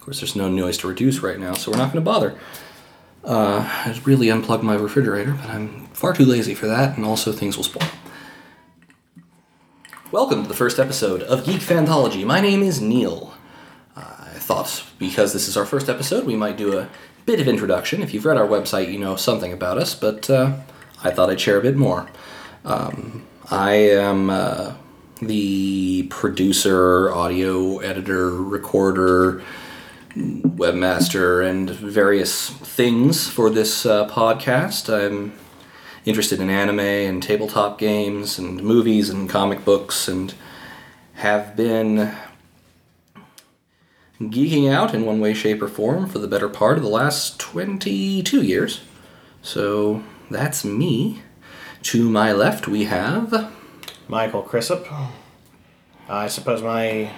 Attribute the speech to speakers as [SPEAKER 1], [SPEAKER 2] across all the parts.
[SPEAKER 1] course, there's no noise to reduce right now, so we're not going to bother. Uh, I really unplugged my refrigerator, but I'm far too lazy for that, and also things will spoil. Welcome to the first episode of Geek Fanthology. My name is Neil. Uh, I thought because this is our first episode, we might do a bit of introduction. If you've read our website, you know something about us, but uh, I thought I'd share a bit more. Um, I am uh, the producer, audio editor, recorder, webmaster, and various things for this uh, podcast. I'm interested in anime and tabletop games and movies and comic books and have been geeking out in one way, shape, or form for the better part of the last 22 years. So that's me. To my left, we have.
[SPEAKER 2] Michael Crisp. I suppose my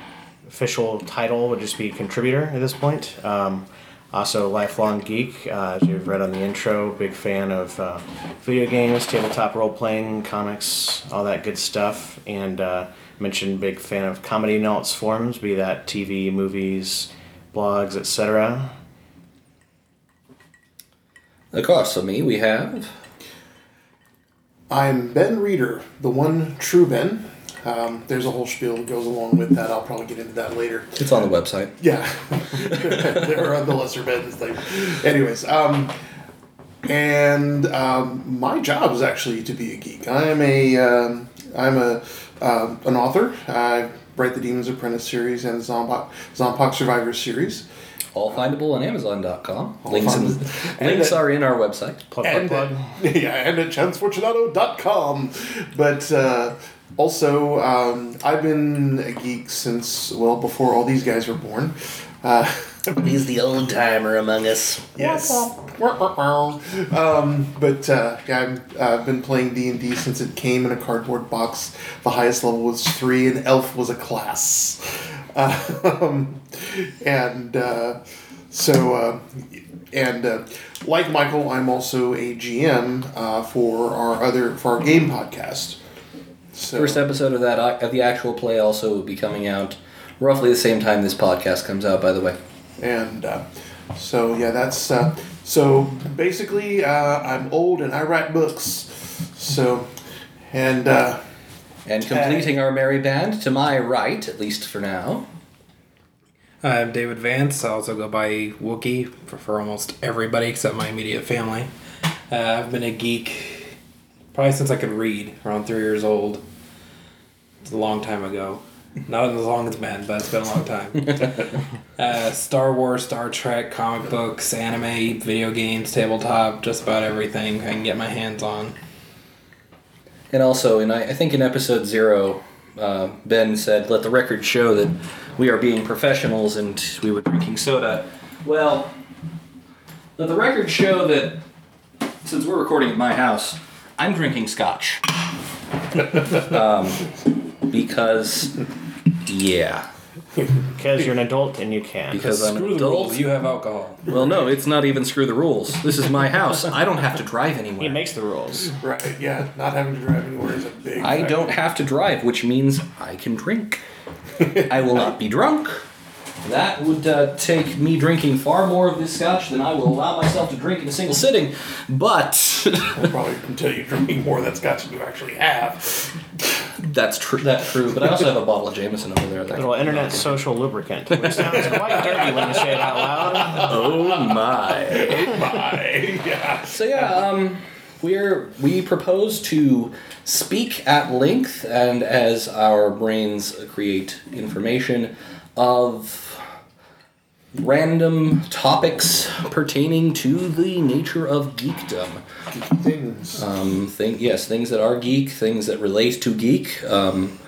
[SPEAKER 2] official title would just be contributor at this point. Um, also, lifelong geek. Uh, as you've read on the intro, big fan of uh, video games, tabletop role playing, comics, all that good stuff. And uh, mentioned big fan of comedy in all its forms, be that TV, movies, blogs, etc.
[SPEAKER 1] Across from me, we have.
[SPEAKER 3] I'm Ben Reeder, the one true Ben. Um, there's a whole spiel that goes along with that. I'll probably get into that later.
[SPEAKER 1] It's on the website.
[SPEAKER 3] Yeah, there are the lesser Bens. Thing. Anyways, um, and um, my job is actually to be a geek. I'm a um, I'm a uh, an author. I write the Demons Apprentice series and the Zompo- Zompox Survivor series.
[SPEAKER 1] All findable on Amazon.com. Links, in,
[SPEAKER 3] findable.
[SPEAKER 1] links are in our website.
[SPEAKER 2] Plug, plug,
[SPEAKER 3] and
[SPEAKER 2] plug.
[SPEAKER 3] at, yeah, and at chancefortunato.com. But uh, also, um, I've been a geek since, well, before all these guys were born. Uh,
[SPEAKER 1] He's the old timer among us.
[SPEAKER 3] yes. um, but uh, yeah, I'm, I've been playing D&D since it came in a cardboard box. The highest level was three, and elf was a class. Um, and uh, so, uh, and uh, like Michael, I'm also a GM uh, for our other for our game podcast. So,
[SPEAKER 1] First episode of that uh, of the actual play also will be coming out roughly the same time this podcast comes out. By the way,
[SPEAKER 3] and uh, so yeah, that's uh, so basically uh, I'm old and I write books. So, and uh,
[SPEAKER 1] and completing our merry band to my right, at least for now.
[SPEAKER 4] I'm David Vance. I also go by Wookie for, for almost everybody except my immediate family. Uh, I've been a geek probably since I could read, around three years old. It's a long time ago. Not as long as been, but it's been a long time. uh, Star Wars, Star Trek, comic books, anime, video games, tabletop, just about everything I can get my hands on.
[SPEAKER 1] And also, and I, I think in episode zero, uh, Ben said, "Let the record show that we are being professionals and we were drinking soda." Well, let the record show that since we're recording at my house, I'm drinking scotch. um, because, yeah,
[SPEAKER 2] Because you're an adult and you can.
[SPEAKER 1] because I'm an
[SPEAKER 4] Screw the
[SPEAKER 1] adult.
[SPEAKER 4] rules, you have alcohol.
[SPEAKER 1] Well, no, it's not even screw the rules. This is my house. I don't have to drive
[SPEAKER 2] He
[SPEAKER 1] anywhere.
[SPEAKER 2] makes the rules.
[SPEAKER 3] right, yeah, not having to drive anywhere is a big.
[SPEAKER 1] I
[SPEAKER 3] factor.
[SPEAKER 1] don't have to drive, which means I can drink. I will not be drunk. That would uh, take me drinking far more of this scotch than I will allow myself to drink in a single sitting. But
[SPEAKER 3] I'll probably until you drink more of that scotch than you actually have.
[SPEAKER 1] that's true. That's true. But I also have a bottle of Jameson over there. That
[SPEAKER 2] Little internet social lubricant, which sounds quite dirty when you say it out loud.
[SPEAKER 1] oh my.
[SPEAKER 3] Bye. Yeah.
[SPEAKER 1] So yeah, um, we're we propose to speak at length and as our brains create information of random topics pertaining to the nature of geekdom.
[SPEAKER 3] Things.
[SPEAKER 1] Um, thing, yes, things that are geek, things that relate to geek, um,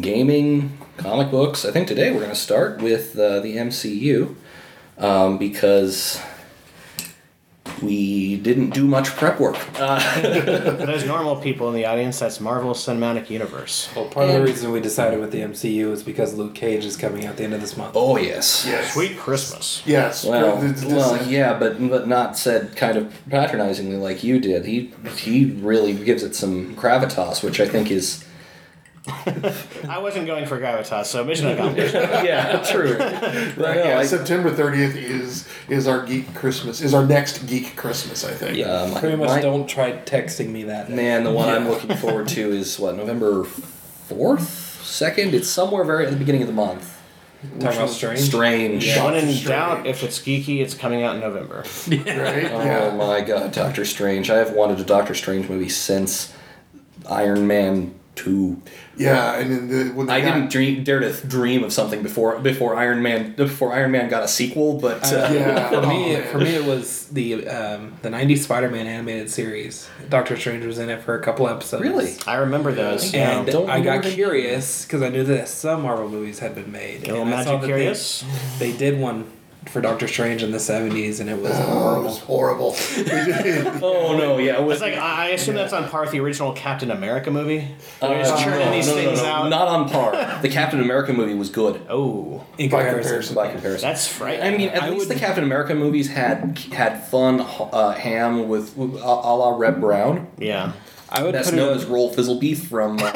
[SPEAKER 1] gaming, comic books. I think today we're going to start with uh, the MCU um, because we didn't do much prep work. Uh,
[SPEAKER 2] For those normal people in the audience, that's Marvel Cinematic Universe.
[SPEAKER 4] Well, part of
[SPEAKER 1] And-
[SPEAKER 4] the reason we decided with the MCU is because Luke Cage is coming out the end of this month.
[SPEAKER 1] oh yes.
[SPEAKER 3] yes.
[SPEAKER 2] Sweet Christmas.
[SPEAKER 3] Yes.
[SPEAKER 1] Well,
[SPEAKER 3] This- this-
[SPEAKER 1] well, yeah, but but not said kind of patronizingly like you did. He he really gives it some gravitas, which I think is
[SPEAKER 2] I wasn't going for gravitas, so mission accomplished.
[SPEAKER 1] yeah, true. No, no,
[SPEAKER 3] yeah,
[SPEAKER 1] I-
[SPEAKER 3] September 30th is is our geek Christmas. Is our next geek Christmas, I think.
[SPEAKER 1] um,
[SPEAKER 4] Pretty much
[SPEAKER 1] my-
[SPEAKER 4] don't try texting me that.
[SPEAKER 1] Man, the one I'm looking forward to is what November fourth, second. It's somewhere very at the beginning of the month.
[SPEAKER 4] Talking about strange.
[SPEAKER 1] Strange.
[SPEAKER 2] When in
[SPEAKER 3] Strange.
[SPEAKER 2] doubt, if it's geeky, it's coming out in November.
[SPEAKER 3] Right?
[SPEAKER 1] Oh
[SPEAKER 3] yeah.
[SPEAKER 1] my god, Doctor Strange! I have wanted a Doctor Strange movie since Iron Man two.
[SPEAKER 3] Yeah, and then the, when they
[SPEAKER 1] I
[SPEAKER 3] got-
[SPEAKER 1] didn't dream, dare to dream of something before before Iron Man before Iron Man got a sequel, but uh,
[SPEAKER 3] Yeah.
[SPEAKER 4] For
[SPEAKER 3] oh,
[SPEAKER 4] me,
[SPEAKER 3] man.
[SPEAKER 4] for me, it was the um, the '90s Spider-Man animated series. Doctor Strange was in it for a couple episodes.
[SPEAKER 1] really,
[SPEAKER 2] I remember those.
[SPEAKER 4] And
[SPEAKER 2] yeah.
[SPEAKER 1] Don't
[SPEAKER 4] I got
[SPEAKER 1] worry.
[SPEAKER 4] curious because I knew that some Marvel movies had been made.
[SPEAKER 2] Little
[SPEAKER 4] and I saw
[SPEAKER 2] magic
[SPEAKER 4] that
[SPEAKER 2] curious.
[SPEAKER 4] They, they did one for Doctor Strange in the '70s, and it was
[SPEAKER 3] Oh, it
[SPEAKER 4] horrible.
[SPEAKER 3] was horrible.
[SPEAKER 1] oh no, yeah, it was
[SPEAKER 2] It's like I I assume that's on par with the original Captain America movie.
[SPEAKER 1] Uh,
[SPEAKER 2] They're just churning
[SPEAKER 1] no,
[SPEAKER 2] these
[SPEAKER 1] no, no,
[SPEAKER 2] things
[SPEAKER 1] no,
[SPEAKER 2] out.
[SPEAKER 1] Not on par. The Captain America movie was good
[SPEAKER 2] Oh,
[SPEAKER 4] In
[SPEAKER 3] By
[SPEAKER 4] comparison,
[SPEAKER 3] comparison.
[SPEAKER 1] by comparison.
[SPEAKER 2] that's frightening.
[SPEAKER 1] I mean, at
[SPEAKER 4] I
[SPEAKER 1] least
[SPEAKER 4] would-
[SPEAKER 1] the Captain America movies had had fun uh, ham with a, a la Red Brown,
[SPEAKER 2] yeah.
[SPEAKER 4] I would
[SPEAKER 1] best
[SPEAKER 4] put it
[SPEAKER 1] known
[SPEAKER 4] up-
[SPEAKER 1] as Roll Fizzlebeef from uh,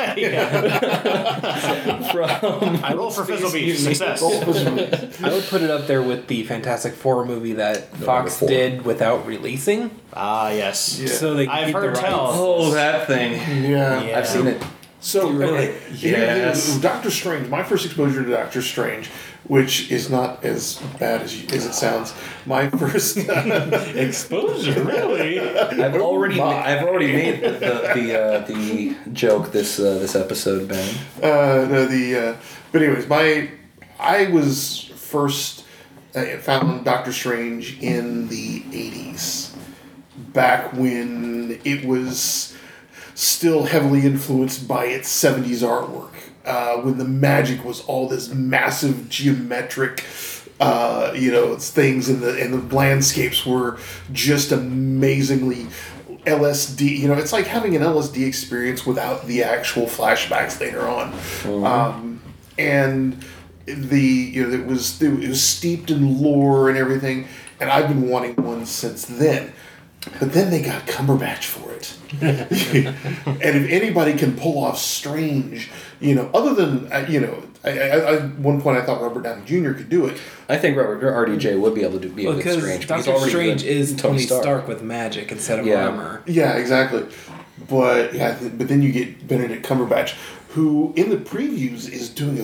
[SPEAKER 1] from
[SPEAKER 2] I roll for fizzle beef success.
[SPEAKER 4] I would put it up there with the Fantastic Four movie that Fox
[SPEAKER 1] four.
[SPEAKER 4] did without releasing.
[SPEAKER 2] Ah, yes.
[SPEAKER 3] Yeah.
[SPEAKER 4] So they could
[SPEAKER 2] I've
[SPEAKER 4] keep the
[SPEAKER 2] heard
[SPEAKER 4] rights.
[SPEAKER 2] tell.
[SPEAKER 1] oh that thing.
[SPEAKER 3] yeah.
[SPEAKER 2] Yeah.
[SPEAKER 1] I've seen it.
[SPEAKER 3] So, okay,
[SPEAKER 1] Yes.
[SPEAKER 3] Doctor Strange, my first exposure to Doctor Strange, which is not as bad as, you, as it sounds, my first. uh,
[SPEAKER 2] Exposure, really?
[SPEAKER 4] Oh
[SPEAKER 1] I've already ma-
[SPEAKER 3] my.
[SPEAKER 1] I've already made the the the, uh, the joke this uh, this episode, Ben.
[SPEAKER 3] uh, no, the uh, but anyways, my I was first I found Doctor Strange in the '80s, back when it was still heavily influenced by its '70s artwork, uh, when the magic was all this massive geometric. Uh, you know, it's things and the and the landscapes were just amazingly LSD. You know, it's like having an LSD experience without the actual flashbacks later on. Um, and the you know it was it was steeped in lore and everything, and I've been wanting one since then. But then they got Cumberbatch for it, and if anybody can pull off Strange, you know, other than uh, you know, I, I, I, at one point I thought Robert Downey Jr. could do it.
[SPEAKER 1] I think Robert RDJ would be able to do, be a good
[SPEAKER 4] Because
[SPEAKER 1] Strange. but he's
[SPEAKER 4] Doctor
[SPEAKER 1] already
[SPEAKER 4] Strange
[SPEAKER 1] good
[SPEAKER 4] is Tony Stark. with magic instead of
[SPEAKER 1] Yeah.
[SPEAKER 4] armor.
[SPEAKER 3] Yeah, exactly. But yeah, th- but then you get Benedict Cumberbatch, who in the previews is doing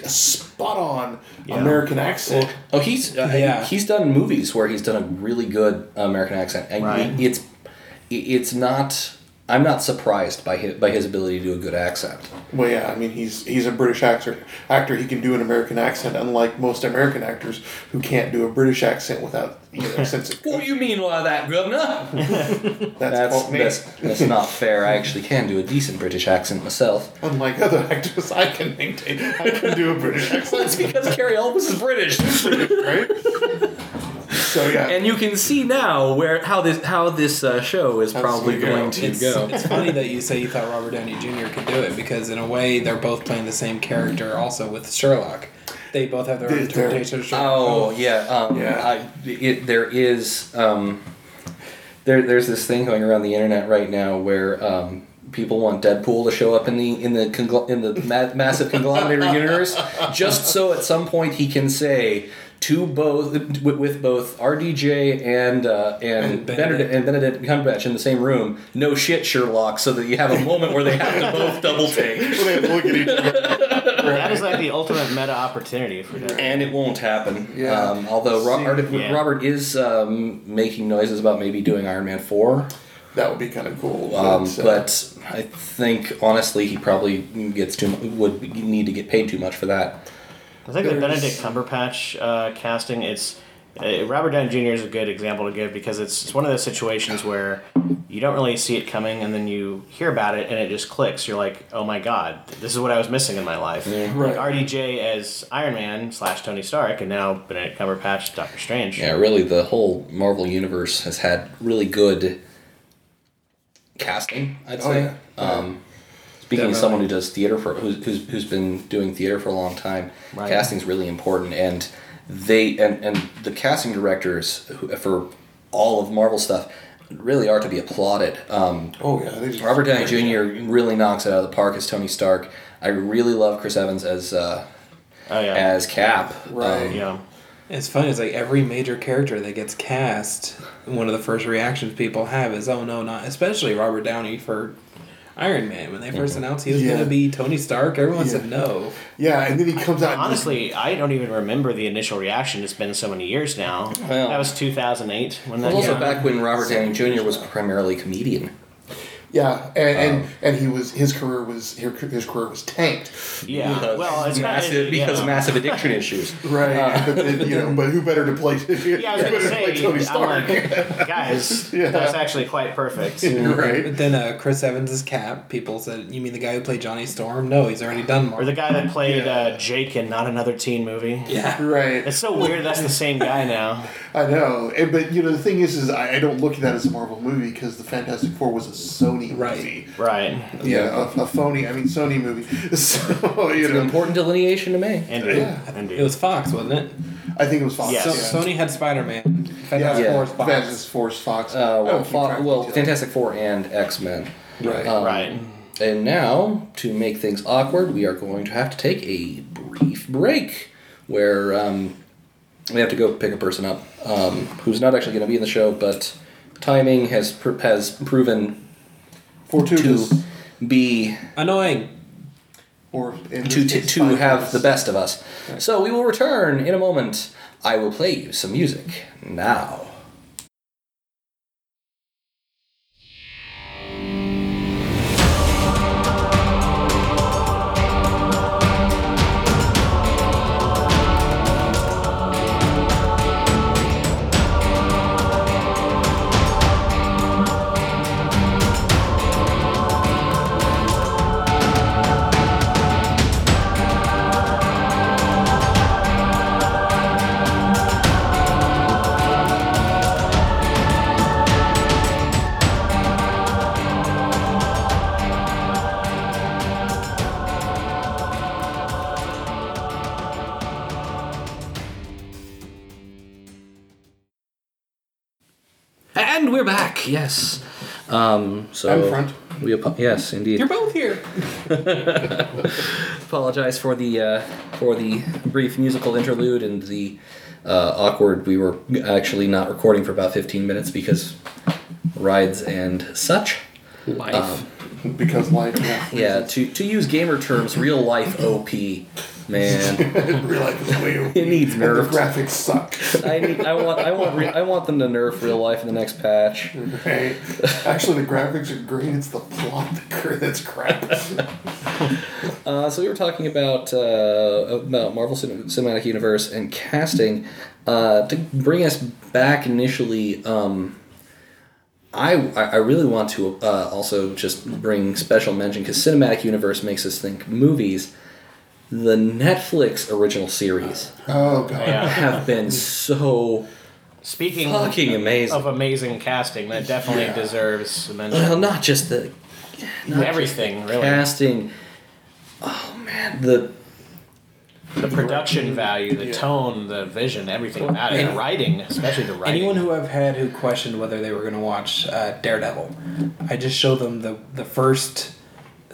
[SPEAKER 3] a, a spot on American accent.
[SPEAKER 1] Oh, he's uh,
[SPEAKER 4] Yeah.
[SPEAKER 1] he's done movies where he's done a really good American accent, and
[SPEAKER 2] Right.
[SPEAKER 1] it's it's not. I'm not surprised by his, by his ability to do a good accent.
[SPEAKER 3] Well, yeah, I mean he's he's a British actor. Actor, he can do an American accent, unlike most American actors who can't do a British accent without you know sense of
[SPEAKER 1] What do you mean by that, Governor?
[SPEAKER 3] that's,
[SPEAKER 1] That's
[SPEAKER 3] called me.
[SPEAKER 1] that's, that's not fair. I actually can do a decent British accent myself.
[SPEAKER 3] Unlike other actors, I can maintain I can do a British
[SPEAKER 1] That's
[SPEAKER 3] accent,
[SPEAKER 1] because Carrie Elvis is British.
[SPEAKER 3] right? So yeah,
[SPEAKER 1] And you can see now where how this how this uh, show is probably
[SPEAKER 3] gonna go.
[SPEAKER 1] going to
[SPEAKER 4] It's,
[SPEAKER 1] go.
[SPEAKER 4] it's funny that you say you thought Robert Downey Jr. could do it because in a way they're both playing the same character. Also with Sherlock, they both have their own
[SPEAKER 3] They're-
[SPEAKER 4] interpretation of Sherlock.
[SPEAKER 1] Oh yeah, um,
[SPEAKER 3] Yeah.
[SPEAKER 1] I, it, there is um, there there's this thing going around the internet right now where um, people want Deadpool to show up in the in the congl- in the ma- massive conglomerator universe just so at some point he can say to both with, with both RDJ and uh, and, Benedict.
[SPEAKER 4] And Benedict.
[SPEAKER 1] and Benedict Cumberbatch in the same room. No shit, Sherlock. So that you have a moment where they have to both double take,
[SPEAKER 3] Well, they look at each other.
[SPEAKER 2] That is like the ultimate meta opportunity for that.
[SPEAKER 1] and it won't happen.
[SPEAKER 3] Yeah.
[SPEAKER 1] Um, although Ro-
[SPEAKER 3] See,
[SPEAKER 1] Robert,
[SPEAKER 2] yeah.
[SPEAKER 1] Robert is um, making noises about maybe doing Iron Man four.
[SPEAKER 3] That would be kind of cool.
[SPEAKER 1] Um,
[SPEAKER 3] uh,
[SPEAKER 1] but I think honestly, he probably gets too mu- would need to get paid too much for that.
[SPEAKER 2] I think the
[SPEAKER 4] There's-
[SPEAKER 2] Benedict Cumberbatch uh, casting, it's. Uh, Robert Downey Jr. is a good example to give because it's, it's one of those situations where you don't really see it coming and then you hear about it and it just clicks. You're like, oh my god, this is what I was missing in my life.
[SPEAKER 3] Right.
[SPEAKER 2] Like RDJ as Iron Man slash Tony Stark and now Benedict Cumberbatch, Doctor Strange.
[SPEAKER 1] Yeah, really, the whole Marvel universe has had really good casting. I'd
[SPEAKER 3] Oh,
[SPEAKER 1] say.
[SPEAKER 3] yeah.
[SPEAKER 1] Um, speaking
[SPEAKER 4] Definitely.
[SPEAKER 1] as someone who does theater for who's, who's, who's been doing theater for a long time,
[SPEAKER 2] Right.
[SPEAKER 1] casting's really important, and they and and the casting directors who, for all of Marvel stuff really are to be applauded. Um,
[SPEAKER 3] Oh yeah, they just
[SPEAKER 1] Robert Downey Jr. really knocks it out of the park as Tony Stark. I really love Chris Evans as uh,
[SPEAKER 2] Oh yeah.
[SPEAKER 1] as Cap.
[SPEAKER 3] Right.
[SPEAKER 1] Um,
[SPEAKER 2] yeah.
[SPEAKER 4] It's funny. It's like every major character that gets cast, one of the first reactions people have is, "Oh no, not!" Especially Robert Downey for Iron Man when they 1st announced he was
[SPEAKER 3] Yeah.
[SPEAKER 4] going to be Tony Stark. Everyone said
[SPEAKER 3] Yeah.
[SPEAKER 4] no.
[SPEAKER 3] Yeah, and then he comes out. and-
[SPEAKER 2] Honestly, I don't even remember the initial reaction. It's been so many years now.
[SPEAKER 1] Well.
[SPEAKER 2] that was 2008 when that.
[SPEAKER 1] Well, also
[SPEAKER 2] came out.
[SPEAKER 1] back when Robert Downey Jr. was primarily a comedian.
[SPEAKER 3] yeah, and,
[SPEAKER 1] Um,
[SPEAKER 3] and and he was his career was his career was tanked.
[SPEAKER 2] Yeah.
[SPEAKER 1] Because
[SPEAKER 2] well, it's
[SPEAKER 1] massive
[SPEAKER 2] kind of,
[SPEAKER 1] because
[SPEAKER 2] yeah.
[SPEAKER 1] massive addiction issues.
[SPEAKER 3] Right, Uh, but then, you know, but who better to play?
[SPEAKER 2] Yeah, I was
[SPEAKER 3] who
[SPEAKER 2] gonna
[SPEAKER 3] better to play
[SPEAKER 2] say,
[SPEAKER 3] Tony
[SPEAKER 2] I'm
[SPEAKER 3] Stark.
[SPEAKER 2] like, guys,
[SPEAKER 3] Yeah.
[SPEAKER 2] that's actually quite perfect.
[SPEAKER 3] right.
[SPEAKER 4] But then uh, Chris Evans is Cap. People said, "You mean the guy who played Johnny Storm?" No, he's already done more.
[SPEAKER 2] Or the guy that played uh, Jake in not another teen movie.
[SPEAKER 4] yeah.
[SPEAKER 3] Right,
[SPEAKER 2] It's so weird. That's the same guy now.
[SPEAKER 3] I know, and, but you know the thing is, is I, I don't look at that as a Marvel movie because the Fantastic Four was a Sony
[SPEAKER 4] Right.
[SPEAKER 3] movie.
[SPEAKER 2] Right.
[SPEAKER 3] Yeah, a, a phony. I mean, Sony movie. So you
[SPEAKER 1] It's an
[SPEAKER 3] know,
[SPEAKER 1] important delineation to make.
[SPEAKER 2] Indeed.
[SPEAKER 3] Yeah.
[SPEAKER 2] Indeed.
[SPEAKER 4] It was Fox, wasn't it?
[SPEAKER 3] I think it was Fox.
[SPEAKER 2] Yes.
[SPEAKER 4] So,
[SPEAKER 3] yeah.
[SPEAKER 4] Sony had Spider Man.
[SPEAKER 3] yeah,
[SPEAKER 4] Fantastic
[SPEAKER 1] Yeah.
[SPEAKER 4] Four
[SPEAKER 3] Force
[SPEAKER 4] is Fox.
[SPEAKER 3] Fox. Force Fox.
[SPEAKER 1] Uh, well,
[SPEAKER 3] Oh, keep
[SPEAKER 1] Fa-
[SPEAKER 3] track of
[SPEAKER 1] well,
[SPEAKER 3] each other.
[SPEAKER 1] Fantastic uh, Four and X Men.
[SPEAKER 4] Right.
[SPEAKER 2] right.
[SPEAKER 1] And now, to make things awkward, we are going to have to take a brief break where um, we have to go pick a person up um, who's not actually going to be in the show, but timing has pr- has proven
[SPEAKER 3] Fortuitous.
[SPEAKER 1] to be
[SPEAKER 4] Annoying.
[SPEAKER 3] or in
[SPEAKER 1] to
[SPEAKER 3] this
[SPEAKER 1] to,
[SPEAKER 3] case,
[SPEAKER 1] to
[SPEAKER 3] five
[SPEAKER 1] have
[SPEAKER 3] minutes.
[SPEAKER 1] the best of us. So we will return in a moment. I will play you some music now. And we're back. Yes. Um, so
[SPEAKER 3] I'm front.
[SPEAKER 1] We apo- yes, indeed.
[SPEAKER 4] You're both here.
[SPEAKER 1] apologize for the uh, for the brief musical interlude and the uh, awkward. We were actually not recording for about 15 minutes because rides and such.
[SPEAKER 4] Life.
[SPEAKER 3] because life. Yeah,
[SPEAKER 1] Yeah, to to use gamer terms, real life OP, man.
[SPEAKER 3] real life is weird.
[SPEAKER 1] It needs
[SPEAKER 3] And the
[SPEAKER 1] nerfs.
[SPEAKER 3] graphics suck.
[SPEAKER 1] I need, I want I want re- I want them to nerf real life in the next patch.
[SPEAKER 3] Right? Actually, the graphics are great. It's the plot that cr- that's crap.
[SPEAKER 1] Uh, so we were talking about uh, about Marvel Cin- Cinematic Universe and casting. Uh, to bring us back initially, um, I I I really want to uh, also just bring special mention because Cinematic Universe makes us think movies. The Netflix original series
[SPEAKER 3] Oh god.
[SPEAKER 2] Yeah.
[SPEAKER 1] have been so
[SPEAKER 2] Speaking
[SPEAKER 1] fucking amazing.
[SPEAKER 2] of amazing casting, that definitely deserves a mention.
[SPEAKER 1] Well, not just the
[SPEAKER 2] Oh, Everything, really.
[SPEAKER 1] casting. Oh man, the
[SPEAKER 2] The production value, the tone, the vision, everything about it. The writing, especially the writing.
[SPEAKER 4] Anyone who I've had who questioned whether they were going to watch uh, Daredevil, I just showed them the the first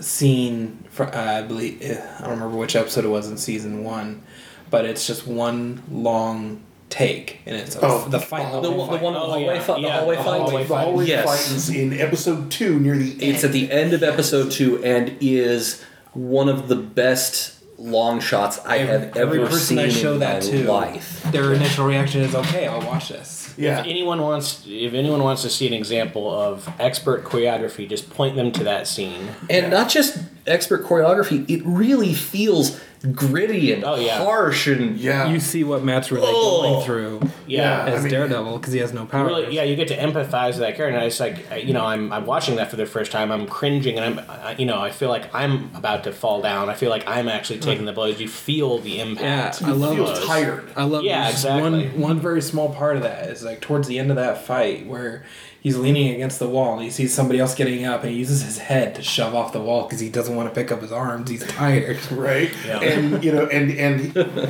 [SPEAKER 4] scene. For, uh, I believe eh, I don't remember which episode it was in season one, but it's just one long take, and it's a-
[SPEAKER 3] Oh.
[SPEAKER 4] the fight.
[SPEAKER 1] the, one- the one the
[SPEAKER 2] Oh,
[SPEAKER 1] hallway,
[SPEAKER 2] yeah.
[SPEAKER 1] fi- the
[SPEAKER 2] Yeah, Oh,
[SPEAKER 1] hallway
[SPEAKER 2] the
[SPEAKER 1] fight.
[SPEAKER 2] hallway
[SPEAKER 3] But always
[SPEAKER 1] Yes.
[SPEAKER 3] fightens in episode two near the end.
[SPEAKER 1] It's at the end of episode two and is one of the best long shots I have ever
[SPEAKER 4] Every person
[SPEAKER 1] seen
[SPEAKER 4] I show
[SPEAKER 1] in
[SPEAKER 4] that
[SPEAKER 1] my
[SPEAKER 4] to,
[SPEAKER 1] life.
[SPEAKER 4] their initial reaction is, "Okay, I'll watch this."
[SPEAKER 3] yeah.
[SPEAKER 2] If anyone wants, if anyone wants to see an example of expert choreography, just point them to that scene.
[SPEAKER 1] And not just expert choreography, it really feels gritty and
[SPEAKER 2] Oh, yeah.
[SPEAKER 1] harsh and
[SPEAKER 3] yeah.
[SPEAKER 4] You see what Matt's really
[SPEAKER 1] Oh.
[SPEAKER 4] going through
[SPEAKER 2] Yeah,
[SPEAKER 3] Yeah.
[SPEAKER 4] as
[SPEAKER 3] I mean-
[SPEAKER 4] Daredevil because he has no power.
[SPEAKER 2] really, yeah, you get to empathize with that character. And it's like, I- you know, I'm, I'm watching that for the first time. I'm cringing, and I'm, I, you know, I feel like I'm about to fall down. I feel like I'm actually taking the blows. You feel the
[SPEAKER 4] Yeah,
[SPEAKER 2] impact.
[SPEAKER 4] I love
[SPEAKER 3] feel
[SPEAKER 2] those.
[SPEAKER 3] tired.
[SPEAKER 4] I love
[SPEAKER 2] Yeah,
[SPEAKER 4] there's
[SPEAKER 2] exactly.
[SPEAKER 4] one one very small part of that is like towards the end of that fight where he's leaning against the wall and he sees somebody else getting up and he uses his head to shove off the wall because he doesn't want to pick up his arms. He's tired.
[SPEAKER 2] Oh,
[SPEAKER 3] right?
[SPEAKER 4] Yeah.
[SPEAKER 3] And you know, and and the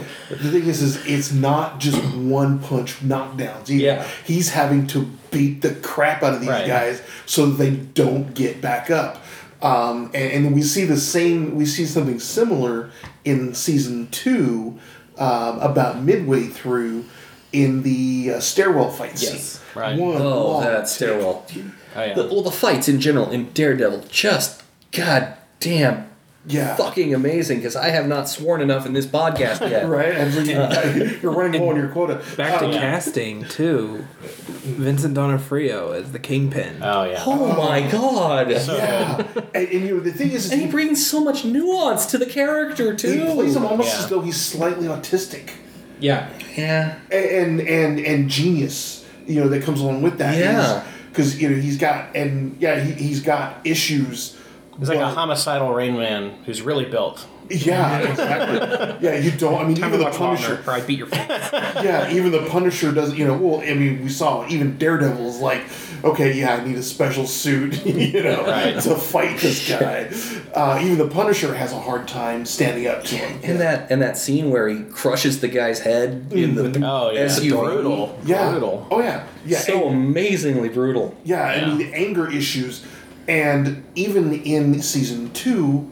[SPEAKER 3] thing is, is it's not just one punch knockdowns. He,
[SPEAKER 4] Yeah.
[SPEAKER 3] he's having to beat the crap out of these
[SPEAKER 4] Right.
[SPEAKER 3] guys so that they don't get back up. Um, and, and we see the same. We see something similar in season two, um, about midway through, in the uh, stairwell fight scene.
[SPEAKER 4] Yes,
[SPEAKER 2] right.
[SPEAKER 3] One
[SPEAKER 1] Oh,
[SPEAKER 3] long
[SPEAKER 1] that stairwell.
[SPEAKER 2] Oh, yeah.
[SPEAKER 1] The, well, the fights in general in Daredevil just goddamn
[SPEAKER 3] yeah.
[SPEAKER 1] fucking amazing because I have not sworn enough in this podcast yet.
[SPEAKER 3] Right, I believe- you're running low on your quota.
[SPEAKER 4] Back to
[SPEAKER 3] Um,
[SPEAKER 4] casting too. Vincent D'Onofrio as the Kingpin.
[SPEAKER 2] Oh yeah.
[SPEAKER 1] Oh my god!
[SPEAKER 2] So-
[SPEAKER 3] Yeah, and, and you know the thing is, is
[SPEAKER 1] and he
[SPEAKER 3] he-
[SPEAKER 1] brings so much nuance to the character too.
[SPEAKER 3] He plays him almost
[SPEAKER 2] Yeah.
[SPEAKER 3] as though he's slightly autistic,
[SPEAKER 4] yeah,
[SPEAKER 1] yeah.
[SPEAKER 3] and and and genius. You know that comes along with that.
[SPEAKER 1] Yeah.
[SPEAKER 3] because you know he's got and yeah he he's got issues.
[SPEAKER 2] He's like a
[SPEAKER 3] but-
[SPEAKER 2] homicidal Rain Man who's really built.
[SPEAKER 3] Yeah, exactly. yeah, you don't. I mean, even the Punisher.
[SPEAKER 4] or I beat your face.
[SPEAKER 3] Yeah, even the Punisher doesn't. You know, well, I mean, we saw even Daredevil's like, okay, yeah, I need a special suit, you know,
[SPEAKER 2] Right.
[SPEAKER 3] to fight this guy. Uh, even the Punisher has a hard time standing up to him.
[SPEAKER 1] And that and that scene where he crushes the guy's head in the
[SPEAKER 2] Oh yeah.
[SPEAKER 1] SUV.
[SPEAKER 2] Brutal.
[SPEAKER 3] yeah.
[SPEAKER 2] Brutal.
[SPEAKER 3] Oh yeah. Yeah.
[SPEAKER 1] so amazingly brutal.
[SPEAKER 3] Yeah, I
[SPEAKER 2] Yeah.
[SPEAKER 3] mean the anger issues, and even in season two,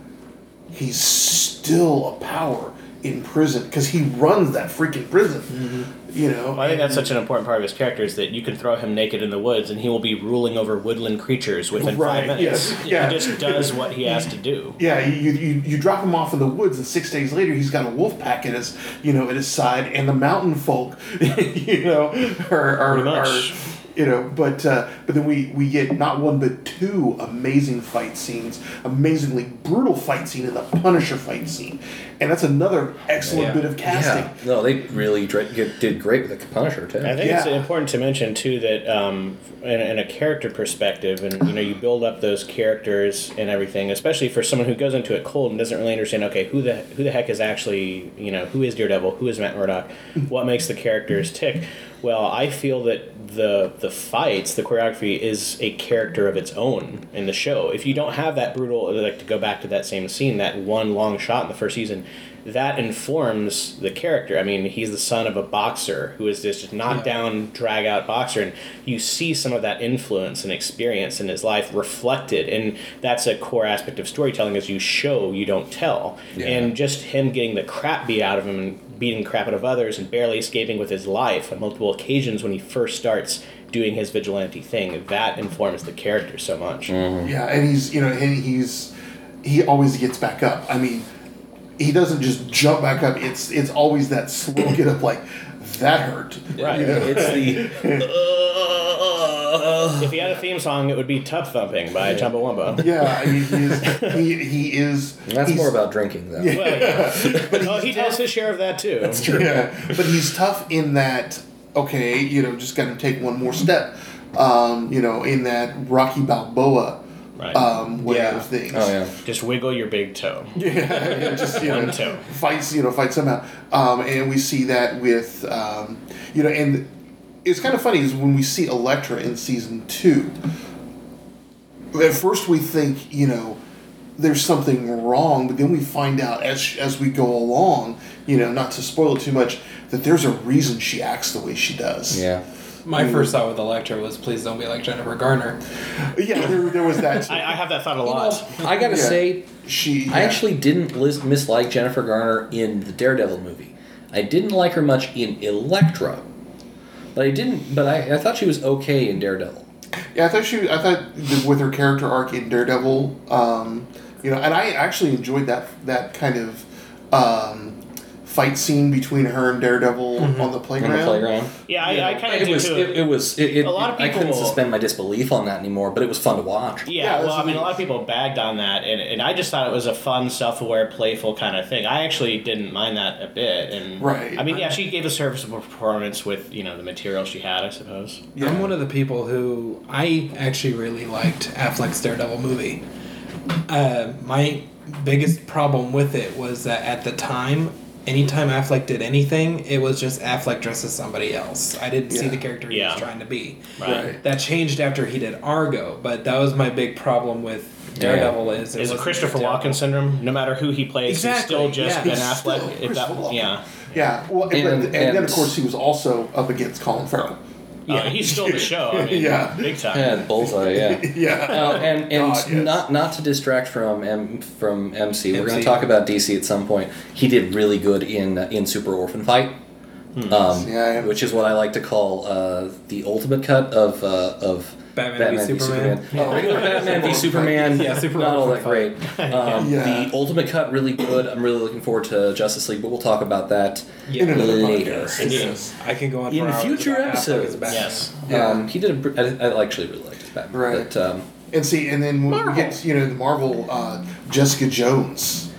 [SPEAKER 3] he's still a power in prison because he runs that freaking prison. You know,
[SPEAKER 2] Well, I think that's such an important part of his character is that you can throw him naked in the woods and he will be ruling over woodland creatures within
[SPEAKER 3] Right,
[SPEAKER 2] five minutes.
[SPEAKER 3] yes, yeah.
[SPEAKER 2] He just does what he has to do.
[SPEAKER 3] yeah, you, you you drop him off in the woods, and six days later, he's got a wolf pack at his you know at his side, and the mountain folk, you know, are, are,
[SPEAKER 2] Pretty much.
[SPEAKER 3] are you know, but uh, but then we we get not one but two amazing fight scenes, amazingly brutal fight scene, and the Punisher fight scene, and that's another excellent
[SPEAKER 4] Yeah.
[SPEAKER 3] bit of casting.
[SPEAKER 1] Yeah. No, they really dra- get, did great with the Punisher too.
[SPEAKER 2] I think it's
[SPEAKER 3] Yeah.
[SPEAKER 2] important to mention too that um, in, in a character perspective, and you know, you build up those characters and everything, especially for someone who goes into it cold and doesn't really understand. Okay, who the who the heck is actually you know who is Daredevil? Who is Matt Murdock? What makes the characters tick? Well, I feel that the the fights, the choreography, is a character of its own in the show. If you don't have that brutal, like to go back to that same scene, that one long shot in the first season, that informs the character. I mean, he's the son of a boxer who is this just knocked down, drag out boxer, and you see some of that influence and experience in his life reflected. And that's a core aspect of storytelling is you show, you don't tell. And just him getting the crap beat out of him and beating the crap out of others and barely escaping with his life on multiple occasions when he first starts doing his vigilante thing, that informs the character so much.
[SPEAKER 3] Yeah, and he's you know and he's he always gets back up. I mean, he doesn't just jump back up. It's it's always that slow get up like that hurt.
[SPEAKER 2] Right.
[SPEAKER 3] You know?
[SPEAKER 1] It's the.
[SPEAKER 2] If he had a theme song, it would be Tub Thumping by Chumbawamba.
[SPEAKER 3] Yeah, I mean, he is. He, he is
[SPEAKER 1] That's
[SPEAKER 3] he's-
[SPEAKER 1] more about drinking though.
[SPEAKER 2] Well, yeah. oh, he does his share of that too. That's true.
[SPEAKER 3] Yeah, but he's tough in that. Okay, you know, just got to take one more step. Um, you know, in that Rocky Balboa
[SPEAKER 2] Right.
[SPEAKER 3] um, way
[SPEAKER 4] Yeah.
[SPEAKER 3] of things.
[SPEAKER 1] Oh yeah.
[SPEAKER 2] Just wiggle your big toe.
[SPEAKER 3] Yeah, just you know,
[SPEAKER 2] One toe.
[SPEAKER 3] fights you know fights somehow, um, and we see that with um, you know, and it's kind of funny is when we see Elektra in season two. At first, we think you know there's something wrong, but then we find out as as we go along, you know, not to spoil it too much, that there's a reason she acts the way she does.
[SPEAKER 1] Yeah.
[SPEAKER 4] My first thought with Electra was, please don't be like Jennifer Garner.
[SPEAKER 3] yeah, there, there was that.
[SPEAKER 2] I, I have that thought a lot.
[SPEAKER 1] I gotta
[SPEAKER 3] Yeah.
[SPEAKER 1] say,
[SPEAKER 3] she
[SPEAKER 1] I
[SPEAKER 3] yeah.
[SPEAKER 1] actually didn't lis- mislike Jennifer Garner in the Daredevil movie. I didn't like her much in Elektra, but I didn't. But I, I thought she was okay in Daredevil.
[SPEAKER 3] Yeah, I thought she. I thought the, with her character arc in Daredevil, um, you know, and I actually enjoyed that that kind of um, fight scene between her and
[SPEAKER 1] Mm-hmm.
[SPEAKER 3] Daredevil on the playground.
[SPEAKER 1] On the playground,
[SPEAKER 2] Yeah, I, I kind of
[SPEAKER 1] it
[SPEAKER 2] do
[SPEAKER 1] was.
[SPEAKER 2] too.
[SPEAKER 1] It, it was. It, it,
[SPEAKER 2] A lot of
[SPEAKER 1] I couldn't
[SPEAKER 2] people-
[SPEAKER 1] suspend my disbelief on that anymore, but it was fun to watch.
[SPEAKER 3] Yeah,
[SPEAKER 2] yeah, well,
[SPEAKER 3] that's
[SPEAKER 2] I mean,
[SPEAKER 3] the-
[SPEAKER 2] a lot of people bagged on that, and, and I just thought it was a fun, self-aware, playful kind of thing. I actually didn't mind that a bit, and
[SPEAKER 3] Right.
[SPEAKER 2] I mean, yeah, she gave a serviceable performance with you know the material she had, I suppose.
[SPEAKER 3] Yeah.
[SPEAKER 4] I'm one of the people who I actually really liked Affleck's Daredevil movie. Uh, my biggest problem with it was that at the time, anytime Affleck did anything, it was just Affleck dressed as somebody else. I didn't see
[SPEAKER 3] Yeah.
[SPEAKER 4] the character he
[SPEAKER 2] Yeah.
[SPEAKER 4] was trying to be.
[SPEAKER 2] Right.
[SPEAKER 3] Right.
[SPEAKER 4] That changed after he did Argo, but that was my big problem with
[SPEAKER 1] Yeah.
[SPEAKER 4] Daredevil. Is it
[SPEAKER 2] Is it
[SPEAKER 4] wasn't
[SPEAKER 2] Christopher
[SPEAKER 4] Daredevil.
[SPEAKER 2] Walken syndrome? No matter who he plays, he's
[SPEAKER 4] Exactly,
[SPEAKER 2] still just
[SPEAKER 4] yeah.
[SPEAKER 2] Ben
[SPEAKER 4] He's
[SPEAKER 3] still
[SPEAKER 2] Affleck. If that,
[SPEAKER 3] Christopher Walken.
[SPEAKER 2] yeah,
[SPEAKER 3] Yeah, well, and,
[SPEAKER 1] And-
[SPEAKER 3] and, then
[SPEAKER 1] and-
[SPEAKER 3] of course he was also up against Colin Farrell.
[SPEAKER 2] yeah, he's still the show. I mean,
[SPEAKER 3] Yeah.
[SPEAKER 2] big time.
[SPEAKER 1] Yeah, bullseye. Yeah.
[SPEAKER 3] Yeah,
[SPEAKER 1] Oh, and and
[SPEAKER 3] God, yes.
[SPEAKER 1] not not to distract from M, from MC, we're going
[SPEAKER 4] MC.
[SPEAKER 1] to talk about DC at some point. He did really good in uh, in Super Orphan Fight,
[SPEAKER 4] Hmm.
[SPEAKER 1] um,
[SPEAKER 3] Yeah, yeah.
[SPEAKER 1] which is what I like to call uh, the ultimate cut of uh, of
[SPEAKER 4] Batman v Superman.
[SPEAKER 1] Oh, regular Batman v Superman.
[SPEAKER 4] Yeah, Super
[SPEAKER 1] not all that
[SPEAKER 4] Orphan
[SPEAKER 1] great. Um,
[SPEAKER 3] Yeah.
[SPEAKER 1] The ultimate cut really good. I'm really looking forward to Justice League, but we'll talk about that
[SPEAKER 4] Yeah. In
[SPEAKER 3] another
[SPEAKER 1] Oh, later.
[SPEAKER 3] podcast.
[SPEAKER 2] Indeed.
[SPEAKER 4] I can go on
[SPEAKER 1] In
[SPEAKER 4] for hours
[SPEAKER 1] future
[SPEAKER 4] about Affleck as
[SPEAKER 1] episodes.
[SPEAKER 4] Batman.
[SPEAKER 2] Yes.
[SPEAKER 3] Yeah.
[SPEAKER 1] Um, he did. A, br- I, I actually really liked his Batman.
[SPEAKER 3] Right.
[SPEAKER 1] But, um,
[SPEAKER 3] and see, and then when
[SPEAKER 2] Marvel.
[SPEAKER 3] we get to, you know the Marvel uh, Jessica Jones,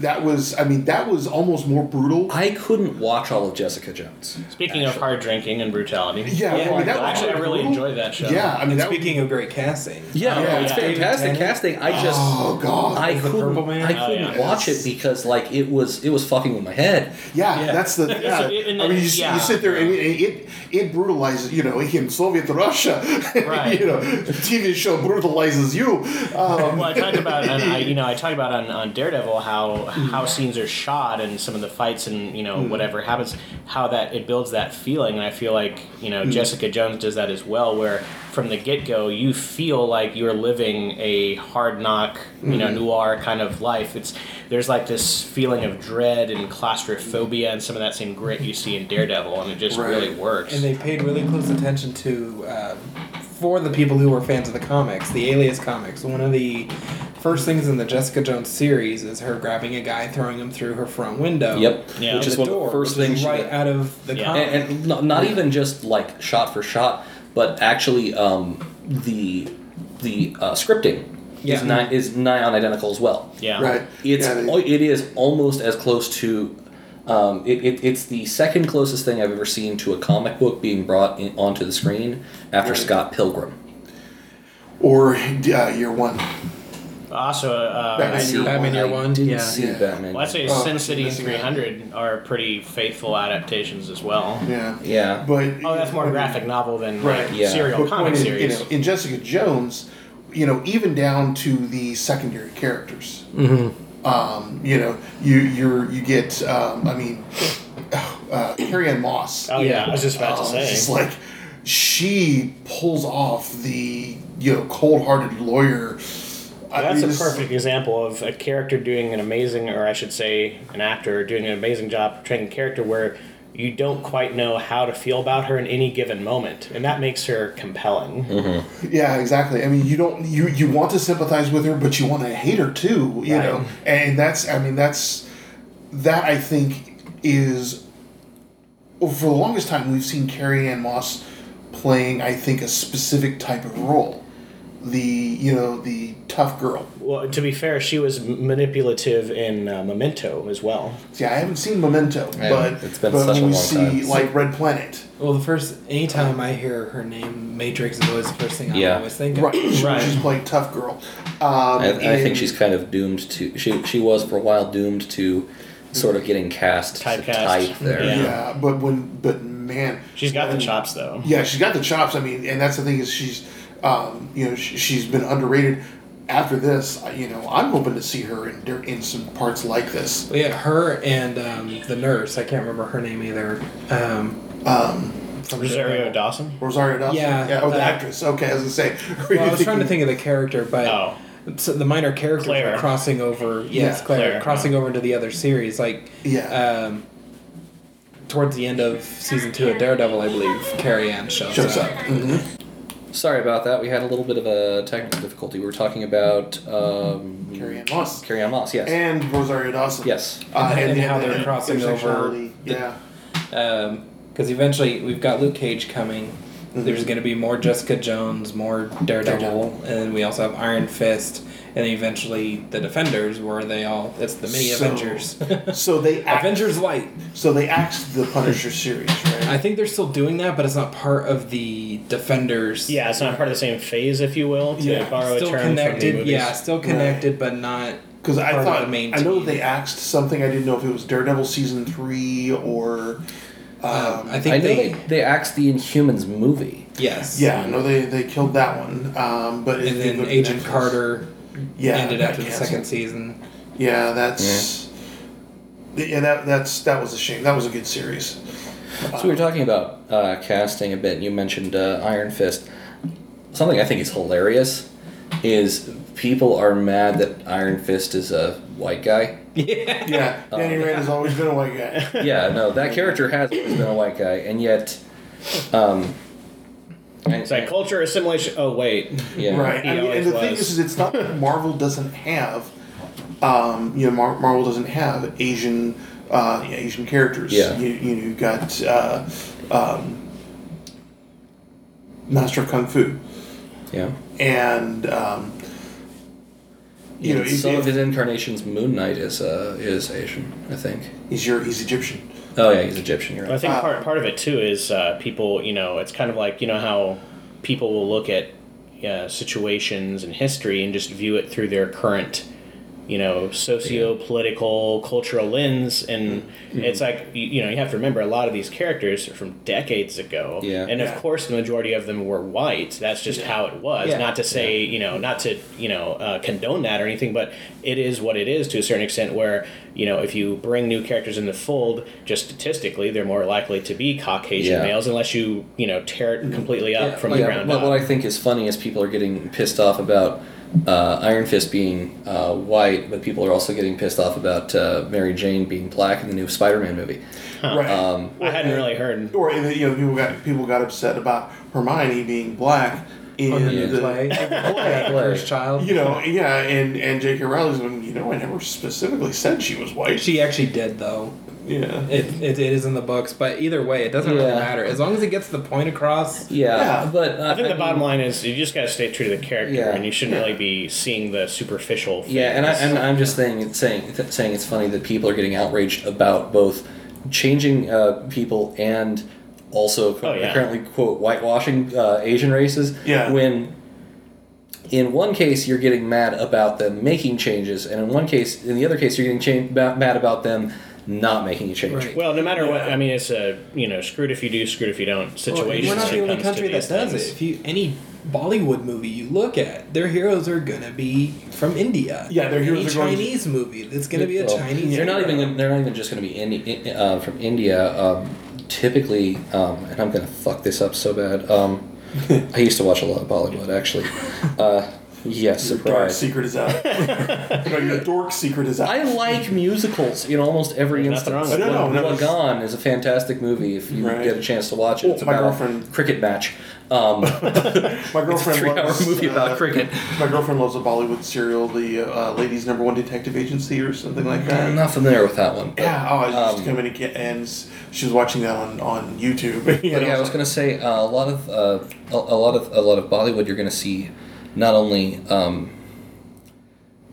[SPEAKER 3] that was I mean that was almost more brutal.
[SPEAKER 1] I couldn't watch all of Jessica Jones.
[SPEAKER 2] Speaking of hard drinking and brutality,
[SPEAKER 3] Yeah,
[SPEAKER 4] Yeah,
[SPEAKER 3] well, I mean, that was
[SPEAKER 2] actually, I
[SPEAKER 3] more
[SPEAKER 2] really
[SPEAKER 3] brutal.
[SPEAKER 2] enjoyed that show.
[SPEAKER 3] Yeah, Ah, I mean
[SPEAKER 4] And
[SPEAKER 3] that
[SPEAKER 4] speaking of great casting,
[SPEAKER 1] Yeah,
[SPEAKER 3] Yeah.
[SPEAKER 1] it's
[SPEAKER 2] Yeah.
[SPEAKER 1] fantastic
[SPEAKER 4] Oh, David Tennant.
[SPEAKER 1] casting. I
[SPEAKER 3] Was,
[SPEAKER 1] just
[SPEAKER 3] oh god,
[SPEAKER 1] I
[SPEAKER 4] The
[SPEAKER 1] couldn't
[SPEAKER 4] Purple Man?
[SPEAKER 1] I
[SPEAKER 2] Oh,
[SPEAKER 1] couldn't
[SPEAKER 2] yeah.
[SPEAKER 1] watch
[SPEAKER 3] Yes.
[SPEAKER 1] it because like it was it was fucking with my head.
[SPEAKER 3] Yeah,
[SPEAKER 2] Yeah.
[SPEAKER 3] that's the. Yeah.
[SPEAKER 2] So, in
[SPEAKER 3] I mean, you,
[SPEAKER 2] the-
[SPEAKER 3] s
[SPEAKER 2] yeah.
[SPEAKER 3] you sit there and it, it it brutalizes you know in Soviet Russia,
[SPEAKER 2] Right.
[SPEAKER 3] you know, TV show brutalizes you. Um,
[SPEAKER 2] Well, I talked about on, I, you know I talked about on, on Daredevil how
[SPEAKER 3] Mm-hmm.
[SPEAKER 2] how scenes are shot and some of the fights and you know whatever happens how that it builds that feeling and I feel like you know
[SPEAKER 3] Mm-hmm.
[SPEAKER 2] Jessica Jones does that as well where from the get go you feel like you're living a hard knock you know
[SPEAKER 3] Mm-hmm.
[SPEAKER 2] noir kind of life it's there's like this feeling of dread and claustrophobia and some of that same grit you see in Daredevil and it just
[SPEAKER 3] Right.
[SPEAKER 2] really works
[SPEAKER 4] and they paid really close attention to um, for the people who were fans of the comics, the Alias comics. One of the first things in the Jessica Jones series is her grabbing a guy, throwing him through her front window.
[SPEAKER 1] Yep.
[SPEAKER 2] Yeah.
[SPEAKER 1] Which
[SPEAKER 4] which
[SPEAKER 1] is
[SPEAKER 4] is
[SPEAKER 1] one
[SPEAKER 4] the
[SPEAKER 1] of the
[SPEAKER 4] door,
[SPEAKER 1] first
[SPEAKER 4] first thing
[SPEAKER 1] things she
[SPEAKER 4] right
[SPEAKER 1] did.
[SPEAKER 4] out of the
[SPEAKER 2] Yeah.
[SPEAKER 4] comic.
[SPEAKER 1] and, and not, not even just like shot for shot, but actually um, the the uh, scripting is
[SPEAKER 4] Yeah.
[SPEAKER 1] nigh, is nigh on identical as well.
[SPEAKER 2] yeah
[SPEAKER 3] right.
[SPEAKER 1] It's
[SPEAKER 3] Yeah, they-
[SPEAKER 1] al- it is almost as close to. Um, it, it, it's the second closest thing I've ever seen to a comic book being brought in, onto the screen after
[SPEAKER 3] Right.
[SPEAKER 1] Scott Pilgrim.
[SPEAKER 3] or uh, year one.
[SPEAKER 2] also uh,
[SPEAKER 3] Batman
[SPEAKER 1] I
[SPEAKER 3] Year
[SPEAKER 1] see.
[SPEAKER 4] Batman Year
[SPEAKER 1] I
[SPEAKER 4] One,
[SPEAKER 1] didn't
[SPEAKER 4] yeah.
[SPEAKER 1] see
[SPEAKER 3] Yeah.
[SPEAKER 1] Batman.
[SPEAKER 2] Well, I'd say
[SPEAKER 3] Oh,
[SPEAKER 2] Sin City and
[SPEAKER 3] missing out.
[SPEAKER 2] 300 are pretty faithful adaptations as well.
[SPEAKER 3] Yeah.
[SPEAKER 1] Yeah.
[SPEAKER 3] But
[SPEAKER 2] Oh, that's more graphic novel than
[SPEAKER 3] Right.
[SPEAKER 2] like
[SPEAKER 1] Yeah.
[SPEAKER 2] serial
[SPEAKER 3] But
[SPEAKER 2] comic
[SPEAKER 3] point is, you
[SPEAKER 2] series.
[SPEAKER 3] know, in Jessica Jones, you know, even down to the secondary characters. Um, you know, you you're you get. Um, I mean, uh, Carrie Ann Moss.
[SPEAKER 2] oh yeah, I was just about
[SPEAKER 3] Um,
[SPEAKER 2] to
[SPEAKER 3] it's
[SPEAKER 2] say.
[SPEAKER 3] just like she pulls off the you know cold-hearted lawyer. I
[SPEAKER 2] that's
[SPEAKER 3] mean,
[SPEAKER 2] a
[SPEAKER 3] it's-
[SPEAKER 2] perfect example of a character doing an amazing, or I should say, an actor doing an amazing job portraying a character where you don't quite know how to feel about her in any given moment, and that makes her compelling.
[SPEAKER 3] Yeah, exactly. I mean, you don't you you want to sympathize with her, but you want to hate her too. You
[SPEAKER 2] Right.
[SPEAKER 3] know, and that's I mean that's that I think is for the longest time we've seen Carrie Ann Moss playing I think a specific type of role, the you know the tough girl.
[SPEAKER 2] Well, to be fair, she was m- manipulative in uh, Memento as well.
[SPEAKER 3] See, I haven't seen Memento,
[SPEAKER 1] Yeah,
[SPEAKER 3] but
[SPEAKER 1] it's been such
[SPEAKER 3] but
[SPEAKER 1] a
[SPEAKER 3] when we
[SPEAKER 1] long
[SPEAKER 3] see
[SPEAKER 1] time.
[SPEAKER 3] like Red Planet,
[SPEAKER 4] Well, the first anytime I hear her name, Matrix is always the first thing I
[SPEAKER 1] Yeah.
[SPEAKER 4] always think of.
[SPEAKER 3] right? she-
[SPEAKER 2] Right.
[SPEAKER 3] She's playing tough girl. Um,
[SPEAKER 1] I, I think
[SPEAKER 3] and-
[SPEAKER 1] she's kind of doomed to. She she was for a while doomed to sort of getting cast to
[SPEAKER 2] Typecast.
[SPEAKER 1] type there.
[SPEAKER 2] Yeah.
[SPEAKER 3] yeah, but when but man,
[SPEAKER 2] She's got the
[SPEAKER 3] when-
[SPEAKER 2] chops, though.
[SPEAKER 3] Yeah, she's got the chops. I mean, and that's the thing is she's, um, you know, she, she's been underrated. After this, I- you know, I'm hoping to see her in dir- in some parts like this.
[SPEAKER 4] Well, yeah, her and um, the nurse. I can't remember her name either. Um,
[SPEAKER 3] Um,
[SPEAKER 4] from
[SPEAKER 2] Rosario
[SPEAKER 4] Daredevil.
[SPEAKER 2] Dawson.
[SPEAKER 3] Rosario Dawson.
[SPEAKER 4] Yeah,
[SPEAKER 3] oh, the
[SPEAKER 4] uh,
[SPEAKER 3] actress. Okay, I was gonna say.
[SPEAKER 4] Well, I was trying to think of the character, but
[SPEAKER 2] Oh.
[SPEAKER 4] so the minor characters
[SPEAKER 2] Claire.
[SPEAKER 4] are crossing over. Yes,
[SPEAKER 3] Yeah.
[SPEAKER 4] Claire,
[SPEAKER 2] Claire,
[SPEAKER 4] crossing over into the other series. Like,
[SPEAKER 3] Yeah.
[SPEAKER 4] um, towards the end of season two of Daredevil, I believe Carrie Ann shows,
[SPEAKER 3] Shows up.
[SPEAKER 4] up.
[SPEAKER 3] hmm
[SPEAKER 1] Sorry about that. We had a little bit of a technical difficulty. We were talking about um,
[SPEAKER 3] Carrie Ann Moss
[SPEAKER 1] Carrie Ann Moss. Yes.
[SPEAKER 3] and Rosario Dawson.
[SPEAKER 1] yes.
[SPEAKER 3] Uh,
[SPEAKER 4] And how they're
[SPEAKER 3] and
[SPEAKER 4] crossing over
[SPEAKER 3] intersectionality,
[SPEAKER 4] the-
[SPEAKER 3] Yeah.
[SPEAKER 4] Because Um, eventually we've got Luke Cage coming. There's going to be more Jessica Jones, more
[SPEAKER 3] Mm-hmm.
[SPEAKER 4] Daredevil,
[SPEAKER 3] Daredevil.
[SPEAKER 4] and then we also have Iron Fist, and eventually the Defenders, where they all it's the mini
[SPEAKER 3] So-
[SPEAKER 4] Avengers.
[SPEAKER 3] So they act,
[SPEAKER 4] Avengers Light.
[SPEAKER 3] So they axed the Punisher series, right?
[SPEAKER 4] I think they're still doing that, but it's not part of the Defenders.
[SPEAKER 2] Yeah, it's not part of the same phase, if you will, to
[SPEAKER 3] Yeah.
[SPEAKER 2] borrow a
[SPEAKER 4] still
[SPEAKER 2] term from the
[SPEAKER 4] connected.
[SPEAKER 2] movies.
[SPEAKER 4] Yeah, still connected, but not
[SPEAKER 3] Because I
[SPEAKER 4] Part of
[SPEAKER 3] thought
[SPEAKER 4] the main
[SPEAKER 3] I know
[SPEAKER 4] team.
[SPEAKER 3] they axed something. I didn't know if it was Daredevil season three or. Um,
[SPEAKER 4] I think
[SPEAKER 1] I know
[SPEAKER 4] they,
[SPEAKER 1] they, they axed the Inhumans movie.
[SPEAKER 4] Yes.
[SPEAKER 3] yeah, I know they they killed that one. Um, but it
[SPEAKER 4] And
[SPEAKER 3] did
[SPEAKER 4] then
[SPEAKER 3] go to
[SPEAKER 4] Agent
[SPEAKER 3] Netflix.
[SPEAKER 4] Carter
[SPEAKER 3] yeah,
[SPEAKER 4] ended
[SPEAKER 3] got
[SPEAKER 4] after the
[SPEAKER 3] canceled.
[SPEAKER 4] second season.
[SPEAKER 3] Yeah, that's. Yeah, that that's that was a shame. That was a good series.
[SPEAKER 1] So we were talking about uh, casting a bit. and You mentioned uh, Iron Fist. Something I think is hilarious is people are mad that Iron Fist is a white guy.
[SPEAKER 4] Yeah.
[SPEAKER 3] Um, Yeah, Danny Rand has always been a white guy.
[SPEAKER 1] yeah, no, that character has always been a white guy, and yet, um, and-
[SPEAKER 2] It's like culture assimilation. Oh wait,
[SPEAKER 1] yeah,
[SPEAKER 3] Right.
[SPEAKER 2] He
[SPEAKER 3] I mean, and
[SPEAKER 2] always
[SPEAKER 3] the thing
[SPEAKER 2] was.
[SPEAKER 3] is, is it's not that Marvel doesn't have, um, you know, Mar- Marvel doesn't have Asian, uh, yeah, Asian characters.
[SPEAKER 1] Yeah.
[SPEAKER 3] You, you know, you've got uh, um, Master of Kung Fu,
[SPEAKER 1] yeah.
[SPEAKER 3] and um, you know,
[SPEAKER 1] And
[SPEAKER 3] he's,
[SPEAKER 1] some of his incarnations, Moon Knight is uh, is Asian, I think.
[SPEAKER 3] he's your he's Egyptian.
[SPEAKER 1] Oh yeah, he's Egyptian. You're
[SPEAKER 2] I
[SPEAKER 1] right.
[SPEAKER 2] think
[SPEAKER 3] Uh,
[SPEAKER 2] part part of it too is uh, people. You know, it's kind of like you know how people will look at uh, situations and history and just view it through their current, you know, socio-political, cultural lens, and it's like you, you know you have to remember a lot of these characters are from decades ago,
[SPEAKER 1] Yeah.
[SPEAKER 2] and of
[SPEAKER 3] Yeah.
[SPEAKER 2] course the majority of them were white. That's just how it was.
[SPEAKER 1] Yeah.
[SPEAKER 2] Not to say you know not to you know uh, condone that or anything, but it is what it is to a certain extent. Where you know if you bring new characters in the fold, just statistically they're more likely to be Caucasian
[SPEAKER 1] Yeah.
[SPEAKER 2] males, unless you you know tear it completely up
[SPEAKER 1] Yeah,
[SPEAKER 2] from
[SPEAKER 1] yeah,
[SPEAKER 2] the ground
[SPEAKER 1] but
[SPEAKER 2] up.
[SPEAKER 1] what I think is funny is people are getting pissed off about uh, Iron Fist being uh, white, but people are also getting pissed off about uh, Mary Jane being black in the new Spider-Man movie.
[SPEAKER 3] Right.
[SPEAKER 1] Um,
[SPEAKER 2] I hadn't really heard.
[SPEAKER 3] or and then, you know, people got people got upset about Hermione being black in
[SPEAKER 1] yeah.
[SPEAKER 3] the
[SPEAKER 4] Play. First child.
[SPEAKER 3] You know, yeah, and and J.K. Rowling's going, you know, I never specifically said she was white.
[SPEAKER 4] She actually did though.
[SPEAKER 3] yeah.
[SPEAKER 4] It, it, it is in the books, but either way, it doesn't really
[SPEAKER 1] Yeah.
[SPEAKER 4] matter as long as it gets the point across.
[SPEAKER 1] Yeah,
[SPEAKER 3] Yeah.
[SPEAKER 1] but uh,
[SPEAKER 2] I think the
[SPEAKER 1] mean-
[SPEAKER 2] bottom line is you just got to stay true to the character,
[SPEAKER 1] Yeah.
[SPEAKER 2] and you shouldn't really be seeing the superficial.
[SPEAKER 1] Yeah, and, I,
[SPEAKER 2] things.
[SPEAKER 1] and I'm just saying, it's saying, th- saying it's funny that people are getting outraged about both changing uh, people and also
[SPEAKER 2] Oh, yeah.
[SPEAKER 1] apparently quote whitewashing uh, Asian races.
[SPEAKER 3] Yeah.
[SPEAKER 1] When in one case you're getting mad about them making changes, and in one case, in the other case, you're getting cha- ma- mad about them not making a change.
[SPEAKER 4] Right.
[SPEAKER 2] Well, no matter what, I mean, it's a you know, screwed if you do, screwed if you don't situation.
[SPEAKER 4] Well, we're not
[SPEAKER 2] when
[SPEAKER 4] the
[SPEAKER 2] it
[SPEAKER 4] only
[SPEAKER 2] comes
[SPEAKER 4] country
[SPEAKER 2] to
[SPEAKER 4] that
[SPEAKER 2] these
[SPEAKER 4] does
[SPEAKER 2] things.
[SPEAKER 4] it. If you any Bollywood movie you look at, their heroes are gonna be from India.
[SPEAKER 3] Yeah, their heroes
[SPEAKER 4] any
[SPEAKER 3] are going to-
[SPEAKER 4] Chinese movie. It's gonna be a
[SPEAKER 1] Well,
[SPEAKER 4] Chinese.
[SPEAKER 1] They're not
[SPEAKER 4] hero.
[SPEAKER 1] even. gonna- They're not even just going to be Indi- in, uh, from India. Um, typically, um, and I'm going to fuck this up so bad. Um, I used to watch a lot of Bollywood, actually. Uh, yes,
[SPEAKER 3] Dark
[SPEAKER 1] surprise.
[SPEAKER 3] secret is out. no, your dork secret is out.
[SPEAKER 1] I like musicals in almost every
[SPEAKER 2] There's nothing
[SPEAKER 1] instance.
[SPEAKER 2] wrong with
[SPEAKER 3] No, no, no.
[SPEAKER 1] Lagan is a fantastic movie if you
[SPEAKER 3] Right.
[SPEAKER 1] get a chance to watch it.
[SPEAKER 3] Well,
[SPEAKER 1] It's
[SPEAKER 3] my
[SPEAKER 1] about a
[SPEAKER 3] girlfriend-
[SPEAKER 1] cricket match. Um,
[SPEAKER 3] my girlfriend
[SPEAKER 1] three-hour
[SPEAKER 3] loves
[SPEAKER 1] movie about
[SPEAKER 3] uh,
[SPEAKER 1] cricket.
[SPEAKER 3] My girlfriend loves a Bollywood serial, the uh, Ladies Number One Detective Agency, or something like
[SPEAKER 1] I'm
[SPEAKER 3] that.
[SPEAKER 1] not familiar with that one. but,
[SPEAKER 3] Yeah, oh, I used
[SPEAKER 1] Mm, um,
[SPEAKER 3] to come in and, get, and s- she was watching that on, on YouTube. you
[SPEAKER 1] But
[SPEAKER 3] know,
[SPEAKER 1] yeah, I was
[SPEAKER 3] so-
[SPEAKER 1] gonna say uh, a lot of uh, a, a lot of a lot of Bollywood. You're gonna see not only um,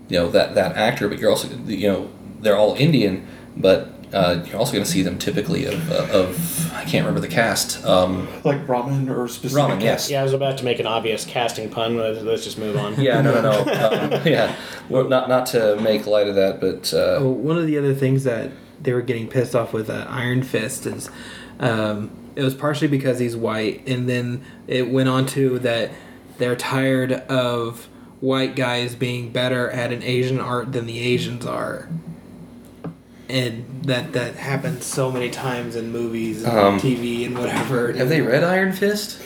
[SPEAKER 1] you know that that actor, but you're also you know they're all Indian, but uh, you're also gonna see them typically of, uh, of I can't remember the cast. Um,
[SPEAKER 3] like ramen or specific.
[SPEAKER 1] Ramen, yes.
[SPEAKER 2] Yeah, I was about to make an obvious casting pun. Let's, let's just move on.
[SPEAKER 1] Yeah, no, no, no. um, yeah, well, not not to make light of that, but uh,
[SPEAKER 4] Well, Oh, one of the other things that they were getting pissed off with uh, Iron Fist is um, it was partially because he's white, and then it went on to that they're tired of white guys being better at an Asian art than the Asians are. And that that happens so many times in movies, and
[SPEAKER 1] Um,
[SPEAKER 4] TV, and whatever.
[SPEAKER 1] have they read Iron Fist?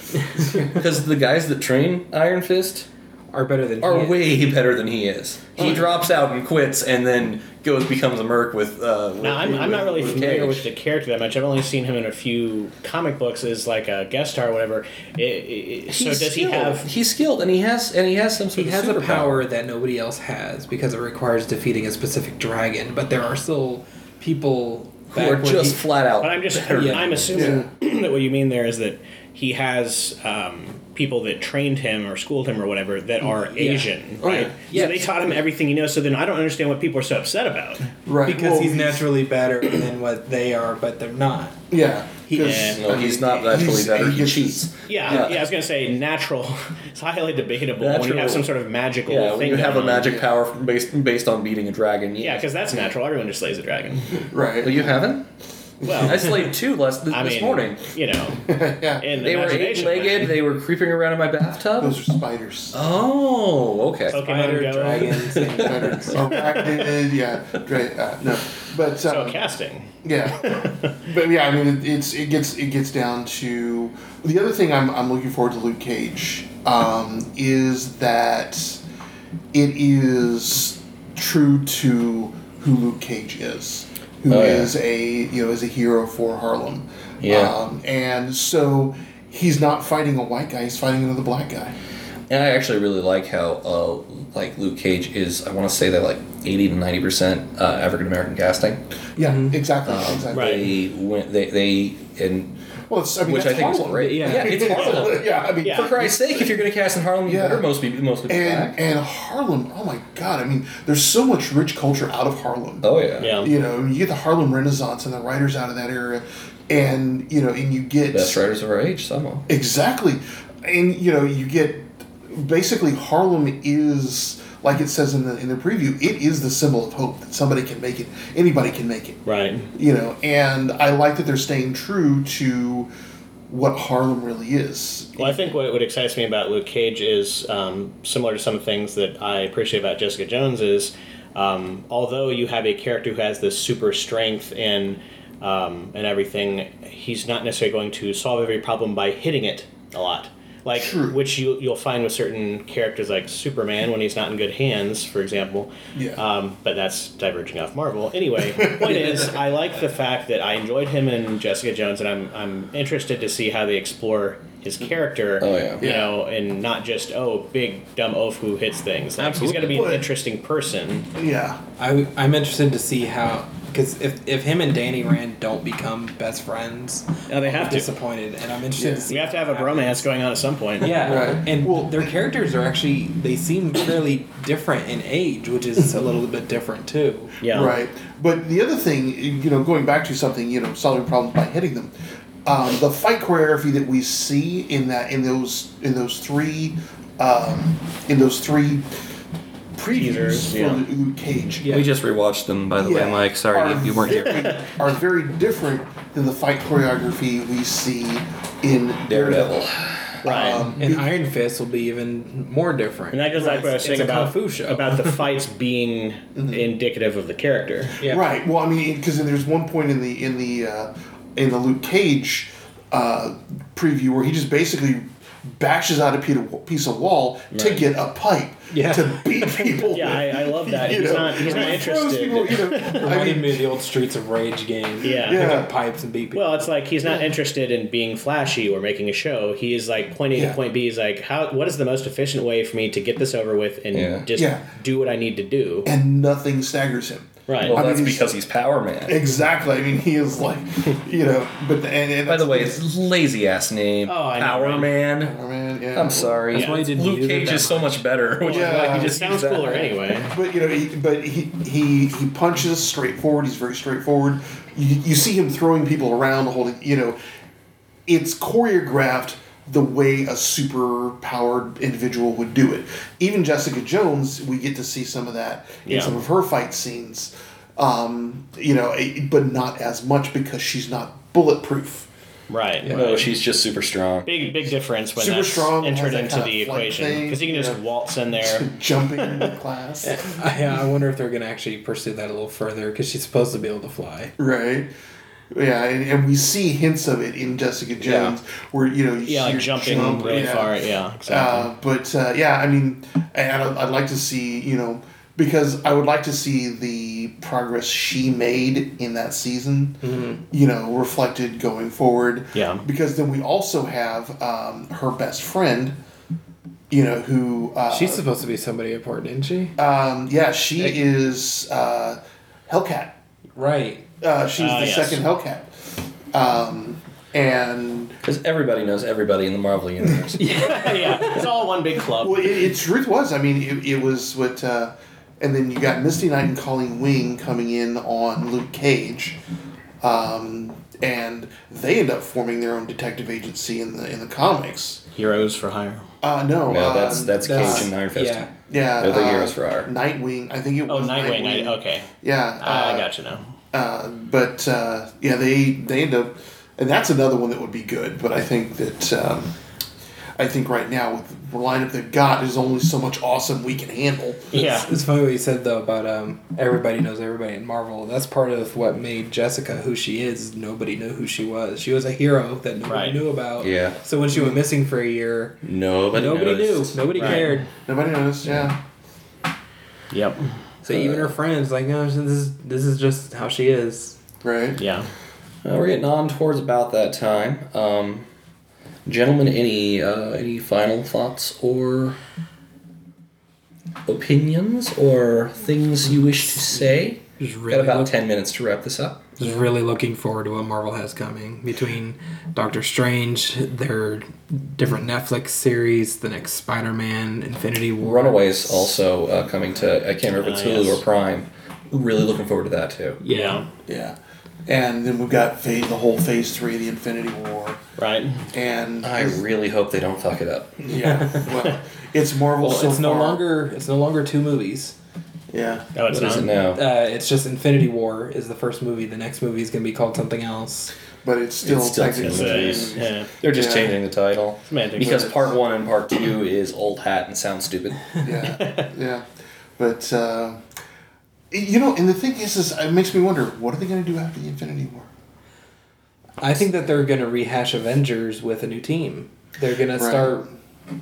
[SPEAKER 1] Because the guys that train Iron Fist
[SPEAKER 4] are better than
[SPEAKER 1] are
[SPEAKER 4] he is.
[SPEAKER 1] way better than he is. He
[SPEAKER 4] Hmm.
[SPEAKER 1] drops out and quits, and then goes becomes a merc with. Uh, with-
[SPEAKER 2] Now, I'm, I'm not really
[SPEAKER 1] with
[SPEAKER 2] familiar
[SPEAKER 1] Cage.
[SPEAKER 2] with the character that much. I've only seen him in a few comic books as like a guest star or whatever. It, it, so
[SPEAKER 1] He's
[SPEAKER 2] does he
[SPEAKER 1] skilled.
[SPEAKER 2] have?
[SPEAKER 1] He's skilled, and he has, and he has some. Sort
[SPEAKER 4] He
[SPEAKER 1] of
[SPEAKER 4] has a
[SPEAKER 1] superpower.
[SPEAKER 4] power that nobody else has because it requires defeating a specific dragon, but there are still people
[SPEAKER 1] who are
[SPEAKER 4] when
[SPEAKER 1] just
[SPEAKER 4] he-
[SPEAKER 1] flat out.
[SPEAKER 2] But I'm just
[SPEAKER 1] better.
[SPEAKER 4] Yeah.
[SPEAKER 2] I'm assuming that what you mean there is that he has um, people that trained him or schooled him or whatever that are Asian,
[SPEAKER 1] Oh, yeah.
[SPEAKER 2] right?
[SPEAKER 1] Yes.
[SPEAKER 2] So they taught him everything he knows. So then I don't understand what people are so upset about.
[SPEAKER 3] Right.
[SPEAKER 4] Because
[SPEAKER 3] well,
[SPEAKER 4] he's naturally better than what they are, but they're not.
[SPEAKER 3] Yeah.
[SPEAKER 2] He-
[SPEAKER 3] 'cause,
[SPEAKER 2] Yeah.
[SPEAKER 1] No,
[SPEAKER 3] I
[SPEAKER 1] he's
[SPEAKER 3] mean,
[SPEAKER 1] not naturally
[SPEAKER 3] he's-
[SPEAKER 1] better. He
[SPEAKER 3] gets-
[SPEAKER 1] cheats.
[SPEAKER 2] Yeah,
[SPEAKER 1] Yeah.
[SPEAKER 2] yeah. I was gonna say natural. It's highly debatable when you
[SPEAKER 1] Natural.
[SPEAKER 2] have some sort of magical
[SPEAKER 1] Yeah,
[SPEAKER 2] thing.
[SPEAKER 1] when you have a
[SPEAKER 2] going on.
[SPEAKER 1] magic power based based on beating a dragon.
[SPEAKER 2] Yeah, because that's natural. Everyone just slays a dragon.
[SPEAKER 3] Right.
[SPEAKER 1] Well, you haven't. I
[SPEAKER 2] Well,
[SPEAKER 1] slayed two last this,
[SPEAKER 2] Oh. I mean,
[SPEAKER 1] morning.
[SPEAKER 2] you know,
[SPEAKER 3] yeah.
[SPEAKER 2] in the
[SPEAKER 1] They were eight
[SPEAKER 2] imagination way.
[SPEAKER 1] legged. They were creeping around in my bathtub.
[SPEAKER 3] Those are spiders.
[SPEAKER 1] Oh, okay.
[SPEAKER 2] Pokemon
[SPEAKER 4] Spider,
[SPEAKER 2] Go.
[SPEAKER 4] dragons, and
[SPEAKER 3] Spiders. Arachnid. Yeah. Dra- uh, no. But
[SPEAKER 2] So
[SPEAKER 3] um,
[SPEAKER 2] casting.
[SPEAKER 3] Yeah, but yeah, I mean, it, it's it gets it gets down to the other thing I'm I'm looking forward to Luke Cage um, is that it is true to who Luke Cage is, who
[SPEAKER 1] Oh, yeah.
[SPEAKER 3] is a you know is a hero for Harlem.
[SPEAKER 1] Yeah.
[SPEAKER 3] um, and so he's not fighting a white guy; he's fighting another black guy.
[SPEAKER 1] And I actually really like how uh, like Luke Cage is. I want to say that like eighty to ninety percent uh, African American casting.
[SPEAKER 3] Yeah,
[SPEAKER 1] Mm-hmm.
[SPEAKER 3] exactly,
[SPEAKER 1] Um,
[SPEAKER 3] exactly.
[SPEAKER 2] Right.
[SPEAKER 1] They went. They they and
[SPEAKER 3] Well, it's, I mean,
[SPEAKER 1] which I
[SPEAKER 3] that's
[SPEAKER 1] think is
[SPEAKER 3] Harlem.
[SPEAKER 1] great.
[SPEAKER 4] Yeah.
[SPEAKER 1] yeah it's Harlem.
[SPEAKER 3] yeah, I mean,
[SPEAKER 2] Yeah.
[SPEAKER 1] For Christ's sake, if you're going to cast in Harlem, you
[SPEAKER 3] Yeah.
[SPEAKER 1] better most be mostly be
[SPEAKER 3] And
[SPEAKER 1] black.
[SPEAKER 3] and Harlem, oh my god! I mean, there's so much rich culture out of Harlem.
[SPEAKER 1] oh yeah.
[SPEAKER 2] Yeah.
[SPEAKER 3] You know, you get the Harlem Renaissance and the writers out of that era, and you know, and you get
[SPEAKER 1] Best writers of our age, somehow.
[SPEAKER 3] exactly, and you know, you get basically Harlem is like it says in the in the preview, it is the symbol of hope that somebody can make it, anybody can make it
[SPEAKER 2] Right.
[SPEAKER 3] you know and i like that they're staying true to what harlem really is
[SPEAKER 2] Well, I think what, what excites me about Luke Cage is um, similar to some things that I appreciate about Jessica Jones is, um, although you have a character who has this super strength and um, and everything, he's not necessarily going to solve every problem by hitting it a lot. Like
[SPEAKER 3] True.
[SPEAKER 2] which you you'll find with certain characters like Superman when he's not in good hands, for example.
[SPEAKER 3] Yeah.
[SPEAKER 2] Um, but that's diverging off Marvel. Anyway, point is, I like the fact that I enjoyed him and Jessica Jones, and I'm I'm interested to see how they explore his character.
[SPEAKER 1] Oh, yeah.
[SPEAKER 2] You
[SPEAKER 3] Yeah.
[SPEAKER 2] know, and not just oh big dumb oaf who hits things. Like, He's gonna be an
[SPEAKER 3] Absolutely.
[SPEAKER 2] interesting person.
[SPEAKER 3] yeah
[SPEAKER 4] I, I'm interested to see how, because if, if him and Danny Rand don't become best friends,
[SPEAKER 2] No, they
[SPEAKER 4] I'll be
[SPEAKER 2] have to.
[SPEAKER 4] disappointed, and I'm interested to
[SPEAKER 3] Yeah.
[SPEAKER 4] see.
[SPEAKER 2] We have to have a
[SPEAKER 4] how-
[SPEAKER 2] bromance going on at some point.
[SPEAKER 4] Yeah,
[SPEAKER 3] Right.
[SPEAKER 4] and
[SPEAKER 3] Well-
[SPEAKER 4] their characters are actually they seem fairly different in age, which is a little bit different too.
[SPEAKER 2] Yeah.
[SPEAKER 3] Right. But the other thing, you know, going back to something, you know, solving problems by hitting them. Um, the fight choreography that we see in that in those in those three um, in those three previews
[SPEAKER 2] Teasers,
[SPEAKER 3] for
[SPEAKER 2] yeah.
[SPEAKER 3] Luke Cage
[SPEAKER 4] Yeah.
[SPEAKER 1] We just rewatched them, by the way,
[SPEAKER 3] Yeah.
[SPEAKER 1] Mike. Sorry,
[SPEAKER 3] Are
[SPEAKER 1] you, you weren't here.
[SPEAKER 3] very- are very different than the fight choreography we see in
[SPEAKER 1] Daredevil.
[SPEAKER 2] Right.
[SPEAKER 3] Um,
[SPEAKER 4] And Iron Fist will be even more different.
[SPEAKER 2] and that goes back to what I was
[SPEAKER 4] It's-
[SPEAKER 2] saying
[SPEAKER 4] it's a
[SPEAKER 2] about
[SPEAKER 4] kung fu show.
[SPEAKER 2] about the fights being
[SPEAKER 3] Mm-hmm.
[SPEAKER 2] indicative of the character.
[SPEAKER 4] Yeah.
[SPEAKER 3] Right. Well, I mean, because there's one point in the in the uh, in the Luke Cage uh, preview where he just basically bashes out a pe- piece of wall to
[SPEAKER 2] Right.
[SPEAKER 3] get a pipe
[SPEAKER 4] Yeah.
[SPEAKER 3] to beat people.
[SPEAKER 2] Yeah,
[SPEAKER 3] with,
[SPEAKER 2] I, I love that.
[SPEAKER 3] you
[SPEAKER 2] He's
[SPEAKER 3] know,
[SPEAKER 2] not he's not
[SPEAKER 3] and throws
[SPEAKER 2] interested.
[SPEAKER 3] people, you know, I
[SPEAKER 4] Reminded
[SPEAKER 3] mean,
[SPEAKER 4] me of the old Streets of Rage game.
[SPEAKER 2] Yeah.
[SPEAKER 4] Pick
[SPEAKER 3] Yeah.
[SPEAKER 4] up pipes and beat people.
[SPEAKER 2] Well, it's like he's not interested in being flashy or making a show. He is like point A
[SPEAKER 3] Yeah.
[SPEAKER 2] to point B. He's like, how? What is the most efficient way for me to get this over with and
[SPEAKER 1] Yeah.
[SPEAKER 2] just
[SPEAKER 3] Yeah.
[SPEAKER 2] do what I need to do?
[SPEAKER 3] and nothing staggers him.
[SPEAKER 2] Right.
[SPEAKER 1] Well,
[SPEAKER 3] I mean,
[SPEAKER 1] that's
[SPEAKER 3] he's-
[SPEAKER 1] because he's Power Man.
[SPEAKER 3] Exactly. I mean, he is like, you know, but the, and, and
[SPEAKER 1] By the way, it's lazy ass name.
[SPEAKER 2] Oh, I know,
[SPEAKER 1] Power
[SPEAKER 2] right?
[SPEAKER 1] Man.
[SPEAKER 3] Oh, man, yeah.
[SPEAKER 1] I'm sorry.
[SPEAKER 2] That's why
[SPEAKER 4] he didn't
[SPEAKER 1] Luke
[SPEAKER 4] use it
[SPEAKER 1] Cage
[SPEAKER 4] that
[SPEAKER 1] is so much better. Which
[SPEAKER 3] Yeah.
[SPEAKER 1] is why he
[SPEAKER 2] it
[SPEAKER 1] just
[SPEAKER 2] sounds
[SPEAKER 1] used that.
[SPEAKER 2] cooler anyway.
[SPEAKER 3] But you know, he, but he he he punches straightforward. He's very straightforward. You, you see him throwing people around, holding. You know, it's choreographed the way a super powered individual would do it. Even Jessica Jones, we get to see some of that in
[SPEAKER 2] Yeah.
[SPEAKER 3] some of her fight scenes. Um, you know, it- but not as much because she's not bulletproof.
[SPEAKER 2] Right.
[SPEAKER 1] No, Oh, she's just super strong.
[SPEAKER 2] Big big difference when
[SPEAKER 3] Super
[SPEAKER 2] that's
[SPEAKER 3] strong, has
[SPEAKER 2] entered
[SPEAKER 3] that
[SPEAKER 2] into
[SPEAKER 3] kind of
[SPEAKER 2] the
[SPEAKER 3] flank
[SPEAKER 2] equation
[SPEAKER 3] thing,
[SPEAKER 2] because you can just
[SPEAKER 3] yeah.
[SPEAKER 2] waltz in there.
[SPEAKER 3] Jumping in the class,
[SPEAKER 4] I, I wonder if they're going to actually pursue that a little further because she's supposed to be able to fly.
[SPEAKER 3] right? Yeah, and, and we see hints of it in Jessica Jones, where you know, you
[SPEAKER 2] Yeah, like
[SPEAKER 3] hear
[SPEAKER 2] jumping
[SPEAKER 3] jump,
[SPEAKER 2] really
[SPEAKER 3] yeah.
[SPEAKER 2] far. Yeah. Exactly.
[SPEAKER 3] Uh, but uh, yeah, I mean, and I'd, I'd like to see you know because I would like to see the progress she made in that season, you know, reflected going forward.
[SPEAKER 2] Mm-hmm. Yeah.
[SPEAKER 3] Because then we also have um, her best friend, you know, who uh,
[SPEAKER 4] She's supposed to be somebody important, isn't she?
[SPEAKER 3] um, yeah she is uh, Hellcat.
[SPEAKER 4] right.
[SPEAKER 3] Uh, she's
[SPEAKER 2] Ah,
[SPEAKER 3] the
[SPEAKER 2] yes.
[SPEAKER 3] second Hellcat. Um, and
[SPEAKER 1] Because everybody knows everybody in the Marvel universe.
[SPEAKER 2] yeah, it's all one big club.
[SPEAKER 3] Well, it, it truth was. I mean, it, it was what, uh, and then you got Misty Knight and Colleen Wing coming in on Luke Cage, um, and they end up forming their own detective agency in the in the comics.
[SPEAKER 2] Heroes for hire.
[SPEAKER 3] Uh, no,
[SPEAKER 1] no,
[SPEAKER 3] um,
[SPEAKER 1] that's that's
[SPEAKER 4] that's-
[SPEAKER 1] Cage and Iron Fist.
[SPEAKER 4] yeah.
[SPEAKER 3] yeah.
[SPEAKER 1] they're the
[SPEAKER 3] uh,
[SPEAKER 1] heroes for hire.
[SPEAKER 3] Nightwing, I think it
[SPEAKER 2] Oh,
[SPEAKER 3] was.
[SPEAKER 2] Nightwing. I, okay,
[SPEAKER 3] Yeah,
[SPEAKER 2] Ah, I
[SPEAKER 3] uh,
[SPEAKER 2] got you now.
[SPEAKER 3] Uh, but uh, yeah, they they end up, and that's another one that would be good. But I think that um, I think right now with the lineup they've got, there's only so much awesome we can handle.
[SPEAKER 2] Yeah,
[SPEAKER 4] It's funny what you said though about um, everybody knows everybody in Marvel. That's part of what made Jessica who she is. Nobody knew who she was. She was a hero that nobody
[SPEAKER 2] Right.
[SPEAKER 4] knew about.
[SPEAKER 1] Yeah.
[SPEAKER 4] So when she went missing for a year,
[SPEAKER 1] Nobody,
[SPEAKER 4] nobody
[SPEAKER 1] noticed.
[SPEAKER 4] knew. Nobody
[SPEAKER 2] Right.
[SPEAKER 4] cared.
[SPEAKER 3] Nobody knows. Yeah.
[SPEAKER 2] yep,
[SPEAKER 4] So even her friends like, no, this is this is just how she is.
[SPEAKER 3] Right.
[SPEAKER 2] yeah.
[SPEAKER 1] Uh, we're getting on towards about that time. Um, gentlemen, any uh, any final thoughts or opinions or things you wish to say?
[SPEAKER 4] Just
[SPEAKER 1] Got
[SPEAKER 4] really,
[SPEAKER 1] about
[SPEAKER 4] look-
[SPEAKER 1] ten minutes to wrap this up.
[SPEAKER 4] just really looking forward to what Marvel has coming between Doctor Strange, their different Netflix series, the next Spider-Man, Infinity War,
[SPEAKER 1] Runaways also uh, coming to I can't remember if it's
[SPEAKER 2] Ah,
[SPEAKER 1] Hulu
[SPEAKER 2] yes.
[SPEAKER 1] or Prime. Really looking forward to that too.
[SPEAKER 4] yeah.
[SPEAKER 3] Yeah. And then we've got phase, the whole phase three, the Infinity War,
[SPEAKER 2] Right. Oh,
[SPEAKER 3] and
[SPEAKER 1] I really hope they don't fuck it up.
[SPEAKER 3] yeah, well, it's Marvel.
[SPEAKER 4] Well,
[SPEAKER 3] so
[SPEAKER 4] it's no
[SPEAKER 3] far.
[SPEAKER 4] longer it's no longer two movies.
[SPEAKER 3] Yeah,
[SPEAKER 2] Oh, it's
[SPEAKER 1] What is it
[SPEAKER 2] not.
[SPEAKER 1] now?
[SPEAKER 4] Uh, it's just Infinity War is the first movie. The next movie is going to be called something else.
[SPEAKER 3] but it's still
[SPEAKER 1] It's still
[SPEAKER 3] technically.
[SPEAKER 2] It's, uh, it's- yeah.
[SPEAKER 1] They're just
[SPEAKER 3] Yeah.
[SPEAKER 1] changing the title
[SPEAKER 2] Semantic
[SPEAKER 1] because
[SPEAKER 2] words.
[SPEAKER 1] part one and part two is old hat and sounds stupid.
[SPEAKER 3] yeah, yeah. But uh, you know, and the thing is, is it makes me wonder what are they going to do after the Infinity War?
[SPEAKER 4] I think that they're going to rehash Avengers with a new team. They're going to
[SPEAKER 3] Right.
[SPEAKER 4] start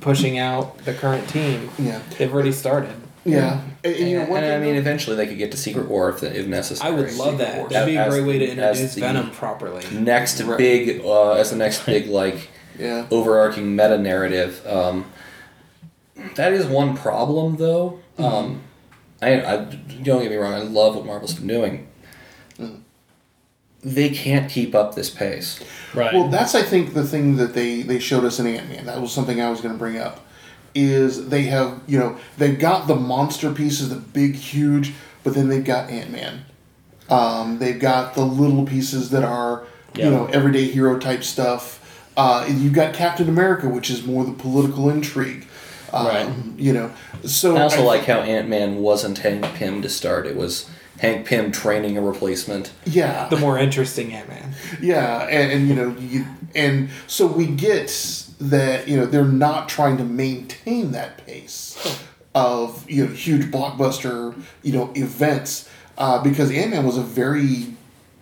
[SPEAKER 4] pushing out the current team.
[SPEAKER 3] Yeah.
[SPEAKER 4] They've already started.
[SPEAKER 3] Yeah, and, and you know,
[SPEAKER 1] And,
[SPEAKER 3] one
[SPEAKER 1] I
[SPEAKER 3] thing-
[SPEAKER 1] mean, eventually they could get to Secret War if, if
[SPEAKER 4] I
[SPEAKER 1] necessary.
[SPEAKER 4] would love that. That'd be a
[SPEAKER 1] As-
[SPEAKER 4] great way to
[SPEAKER 1] as
[SPEAKER 4] introduce
[SPEAKER 1] the
[SPEAKER 4] Venom properly.
[SPEAKER 1] Next
[SPEAKER 3] Right.
[SPEAKER 1] big, uh, as the next big like
[SPEAKER 3] yeah,
[SPEAKER 1] overarching meta narrative. Um, that is one problem, though. Um, I, I don't get me wrong. I love what Marvel's been doing. Mm. They can't keep up this pace.
[SPEAKER 2] Right.
[SPEAKER 3] Well, that's I think the thing that they they showed us in Ant Man. That was something I was going to bring up. Is they have you know they've got the monster pieces, the big huge, but then they've got Ant Man. Um, they've got the little pieces that are
[SPEAKER 2] Yeah.
[SPEAKER 3] you know everyday hero type stuff. Uh, and you've got Captain America, which is more the political intrigue. Um,
[SPEAKER 2] Right.
[SPEAKER 3] You know, so
[SPEAKER 1] I also
[SPEAKER 3] I-
[SPEAKER 1] like how Ant Man wasn't Hank Pym to start. It was Hank Pym training a replacement.
[SPEAKER 3] yeah
[SPEAKER 4] The more interesting Ant Man.
[SPEAKER 3] Yeah, and, and you know, you, and so we get that you know they're not trying to maintain that pace of you know huge blockbuster you know events uh, because Ant Man was a very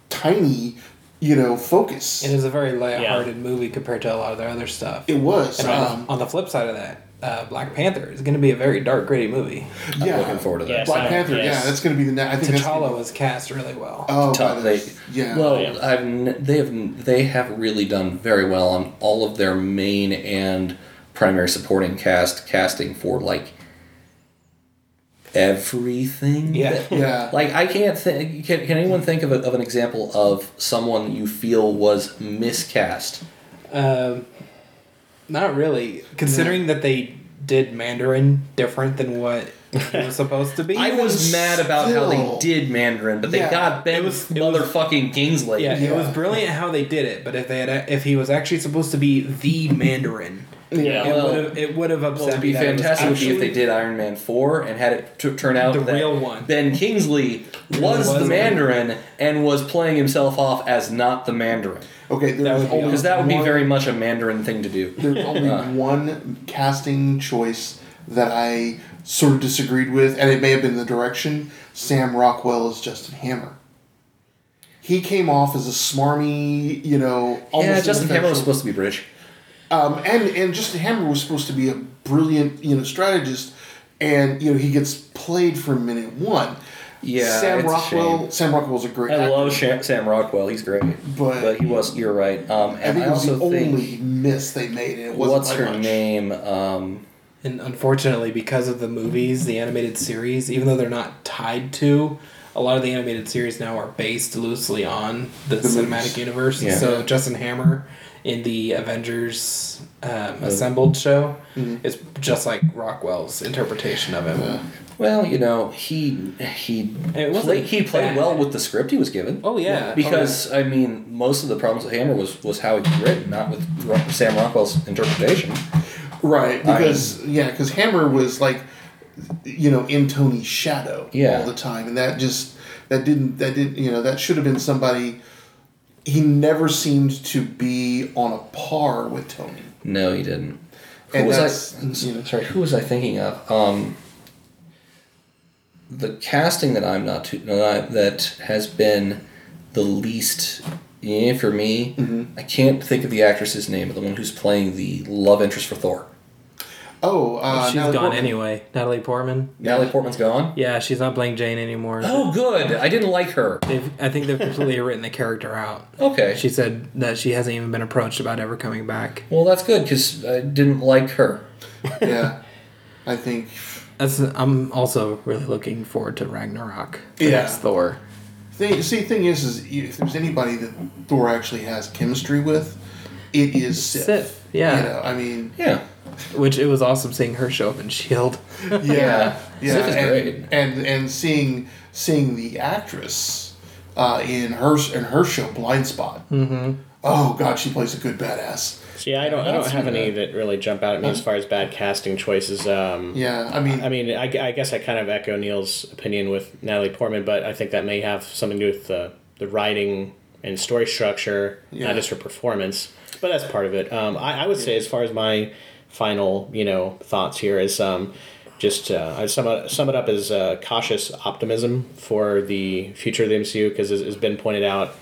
[SPEAKER 3] tiny you know focus.
[SPEAKER 4] It is a very light-hearted movie compared to a lot of their other stuff.
[SPEAKER 3] It was
[SPEAKER 4] and on,
[SPEAKER 3] um,
[SPEAKER 4] on the flip side of that, uh, Black Panther is going to be a very dark, gritty movie.
[SPEAKER 3] yeah.
[SPEAKER 1] I'm looking forward to that.
[SPEAKER 2] Yes.
[SPEAKER 3] Black Panther,
[SPEAKER 2] Yes.
[SPEAKER 3] yeah, that's going to be the next. I think that's gonna
[SPEAKER 4] T'Challa was cast really well.
[SPEAKER 3] Oh,
[SPEAKER 1] Top,
[SPEAKER 3] God,
[SPEAKER 1] they,
[SPEAKER 3] yeah.
[SPEAKER 2] Yeah.
[SPEAKER 1] Well, I've n- they have n- they have really done very well on all of their main and primary supporting cast casting for like everything.
[SPEAKER 4] Yeah.
[SPEAKER 1] that-
[SPEAKER 3] Yeah.
[SPEAKER 1] Like I can't think. Can, can anyone think of, a, of an example of someone you feel was miscast?
[SPEAKER 4] Um, not really, considering that they did Mandarin different than what it was supposed to be.
[SPEAKER 1] I was mad about how they
[SPEAKER 3] still-
[SPEAKER 1] did Mandarin, but they
[SPEAKER 3] Yeah.
[SPEAKER 1] got Ben
[SPEAKER 4] It was- it was-
[SPEAKER 1] motherfucking Kingsley.
[SPEAKER 4] Yeah, it was
[SPEAKER 3] Yeah.
[SPEAKER 4] brilliant how they did it, but if they had, if he was actually supposed to be the Mandarin,
[SPEAKER 2] yeah.
[SPEAKER 4] it
[SPEAKER 1] Well-
[SPEAKER 4] would have it would have upset
[SPEAKER 1] What would be
[SPEAKER 4] me. that it was
[SPEAKER 1] fantastic would be if
[SPEAKER 4] actually-
[SPEAKER 1] they did Iron Man four and had it t- turn out
[SPEAKER 4] The
[SPEAKER 1] that
[SPEAKER 4] real one.
[SPEAKER 1] Ben Kingsley was,
[SPEAKER 4] was
[SPEAKER 1] the
[SPEAKER 4] the
[SPEAKER 1] Mandarin and was playing himself off as not the Mandarin
[SPEAKER 3] Okay, there's
[SPEAKER 4] would be
[SPEAKER 3] only
[SPEAKER 1] because that would be
[SPEAKER 3] one-
[SPEAKER 1] very much a Mandarin thing to do.
[SPEAKER 3] There's only one casting choice that I sort of disagreed with, and it may have been the direction. Sam Rockwell as Justin Hammer. He came off as a smarmy, you know, almost
[SPEAKER 1] yeah, Justin Hammer was
[SPEAKER 3] ineffectual-
[SPEAKER 1] supposed to be British.
[SPEAKER 3] Um, and and Justin Hammer was supposed to be a brilliant, you know, strategist, and you know he gets played for minute one.
[SPEAKER 1] Yeah,
[SPEAKER 3] Sam
[SPEAKER 1] it's a
[SPEAKER 3] Rockwell.
[SPEAKER 1] shame.
[SPEAKER 3] Sam Rockwell's a great.
[SPEAKER 1] I
[SPEAKER 3] actor.
[SPEAKER 1] love Sha- Sam Rockwell; he's great,
[SPEAKER 3] But-
[SPEAKER 1] he was. You're right. Um,
[SPEAKER 3] I
[SPEAKER 1] and
[SPEAKER 3] think
[SPEAKER 1] I,
[SPEAKER 3] it was
[SPEAKER 1] also
[SPEAKER 3] the
[SPEAKER 1] think
[SPEAKER 3] only miss they made, and it wasn't
[SPEAKER 1] what's
[SPEAKER 3] by
[SPEAKER 1] her
[SPEAKER 3] much.
[SPEAKER 1] name? Um,
[SPEAKER 4] And unfortunately, because of the movies, the animated series, even though they're not tied to a lot of the animated series now are based loosely on the,
[SPEAKER 3] movies.
[SPEAKER 4] cinematic universe.
[SPEAKER 5] Yeah.
[SPEAKER 4] So Justin Hammer in the Avengers um, assembled show is just like Rockwell's interpretation of him.
[SPEAKER 1] Well, you know, he he
[SPEAKER 4] It wasn't
[SPEAKER 1] played, he played
[SPEAKER 4] bad.
[SPEAKER 1] well with the script he was given.
[SPEAKER 4] Oh, yeah.
[SPEAKER 1] because I mean, most of the problems with Hammer was was how it was written, not with Ro- Sam Rockwell's interpretation.
[SPEAKER 3] Right, because yeah, because Hammer was like, you know, in Tony's shadow
[SPEAKER 1] Yeah.
[SPEAKER 3] all the time, and that just that didn't that didn't you know that should have been somebody. He never seemed to be on a par with Tony.
[SPEAKER 1] No, he didn't. Who
[SPEAKER 3] And
[SPEAKER 1] was
[SPEAKER 3] that's-
[SPEAKER 1] I? Sorry, who was I thinking of? Um, the casting that I'm not too that I- that has been the least eh, for me.
[SPEAKER 3] Mm-hmm.
[SPEAKER 1] I can't think of the actress's name, but the one who's playing the love interest for Thor.
[SPEAKER 3] Oh, uh,
[SPEAKER 4] She's
[SPEAKER 3] Natalie
[SPEAKER 4] gone
[SPEAKER 3] Portman.
[SPEAKER 4] anyway. Natalie Portman.
[SPEAKER 1] Natalie Portman's gone.
[SPEAKER 4] Yeah, she's not playing Jane anymore.
[SPEAKER 1] Oh, good. I didn't like her.
[SPEAKER 4] They've, I think they've completely written the character out.
[SPEAKER 1] Okay.
[SPEAKER 4] She said that she hasn't even been approached about ever coming back.
[SPEAKER 1] well, that's good because I didn't like her.
[SPEAKER 3] Yeah, I think.
[SPEAKER 4] That's, I'm also really looking forward to Ragnarok. the
[SPEAKER 3] Yeah.
[SPEAKER 4] next Thor.
[SPEAKER 3] Thing, see, thing is, is if there's anybody that Thor actually has chemistry with, it is Sif.
[SPEAKER 4] Sif, yeah.
[SPEAKER 3] You know, I mean,
[SPEAKER 1] Yeah.
[SPEAKER 4] Which it was awesome seeing her show up in Shield.
[SPEAKER 3] yeah, yeah,
[SPEAKER 1] Sif is
[SPEAKER 3] and,
[SPEAKER 1] great.
[SPEAKER 3] and and seeing seeing the actress uh, in her in her show Blind Spot. Mm-hmm. Oh God, she plays a good badass.
[SPEAKER 2] See, I don't, I don't have any that really jump out at me as far as bad casting choices. Um,
[SPEAKER 3] Yeah, I mean,
[SPEAKER 2] I mean, I, I guess I kind of echo Neil's opinion with Natalie Portman, but I think that may have something to do with the, the writing and story structure,
[SPEAKER 3] Yeah.
[SPEAKER 2] not just her performance. But that's part of it. Um, I, I would say, as far as my final, you know, thoughts here is um, just uh, I sum it, sum it up as uh, cautious optimism for the future of the MCU because, as has been pointed out,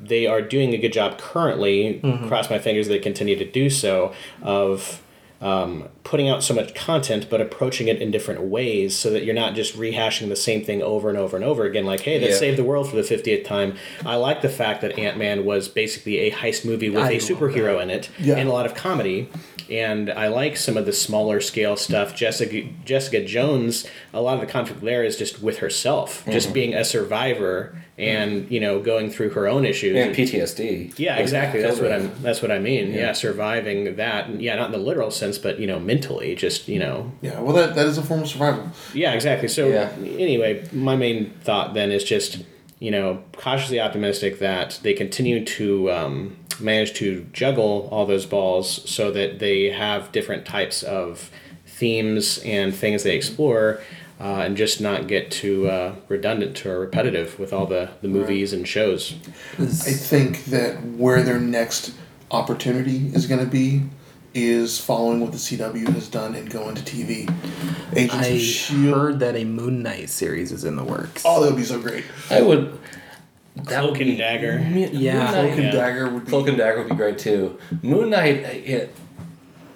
[SPEAKER 2] they are doing a good job currently. Cross my fingers they continue to do so of um, putting out so much content, but approaching it in different ways, so that you're not just rehashing the same thing over and over and over again. Like, hey, that
[SPEAKER 1] Yeah.
[SPEAKER 2] saved the world for the fiftieth time. I like the fact that Ant Man was basically a heist movie with
[SPEAKER 4] I
[SPEAKER 2] a
[SPEAKER 4] love
[SPEAKER 2] superhero in it
[SPEAKER 3] Yeah.
[SPEAKER 2] and a lot of comedy. And I like some of the smaller scale stuff. Jessica Jessica Jones, a lot of the conflict there is just with herself, just being a survivor and you know going through her own issues.
[SPEAKER 1] And PTSD.
[SPEAKER 2] Yeah,
[SPEAKER 1] was
[SPEAKER 2] exactly. That's
[SPEAKER 1] killed
[SPEAKER 2] what
[SPEAKER 1] her.
[SPEAKER 2] I'm. That's what I mean. Yeah. surviving that. Yeah, not in the literal sense, but you know, mentally, just you know.
[SPEAKER 3] yeah. Well, that that is a form of survival.
[SPEAKER 2] Yeah, exactly. So
[SPEAKER 1] Yeah.
[SPEAKER 2] anyway, my main thought then is just you know cautiously optimistic that they continue to um, manage to juggle all those balls so that they have different types of themes and things they explore. Uh, and just not get too uh, redundant or repetitive with all the, the movies and shows.
[SPEAKER 3] I think that where their next opportunity is going to be is following what the CW has done and going to TV. Agents
[SPEAKER 4] I
[SPEAKER 3] of Shield.
[SPEAKER 4] heard that a Moon Knight series is in the works.
[SPEAKER 3] E Oh, that would be so great.
[SPEAKER 1] I would. That
[SPEAKER 2] Cloak and dagger.
[SPEAKER 1] Moon
[SPEAKER 4] Yeah.
[SPEAKER 3] Cloak
[SPEAKER 1] Knight-
[SPEAKER 3] and Dagger would be.
[SPEAKER 1] Cloak and Dagger would be great too. Moon Knight. It,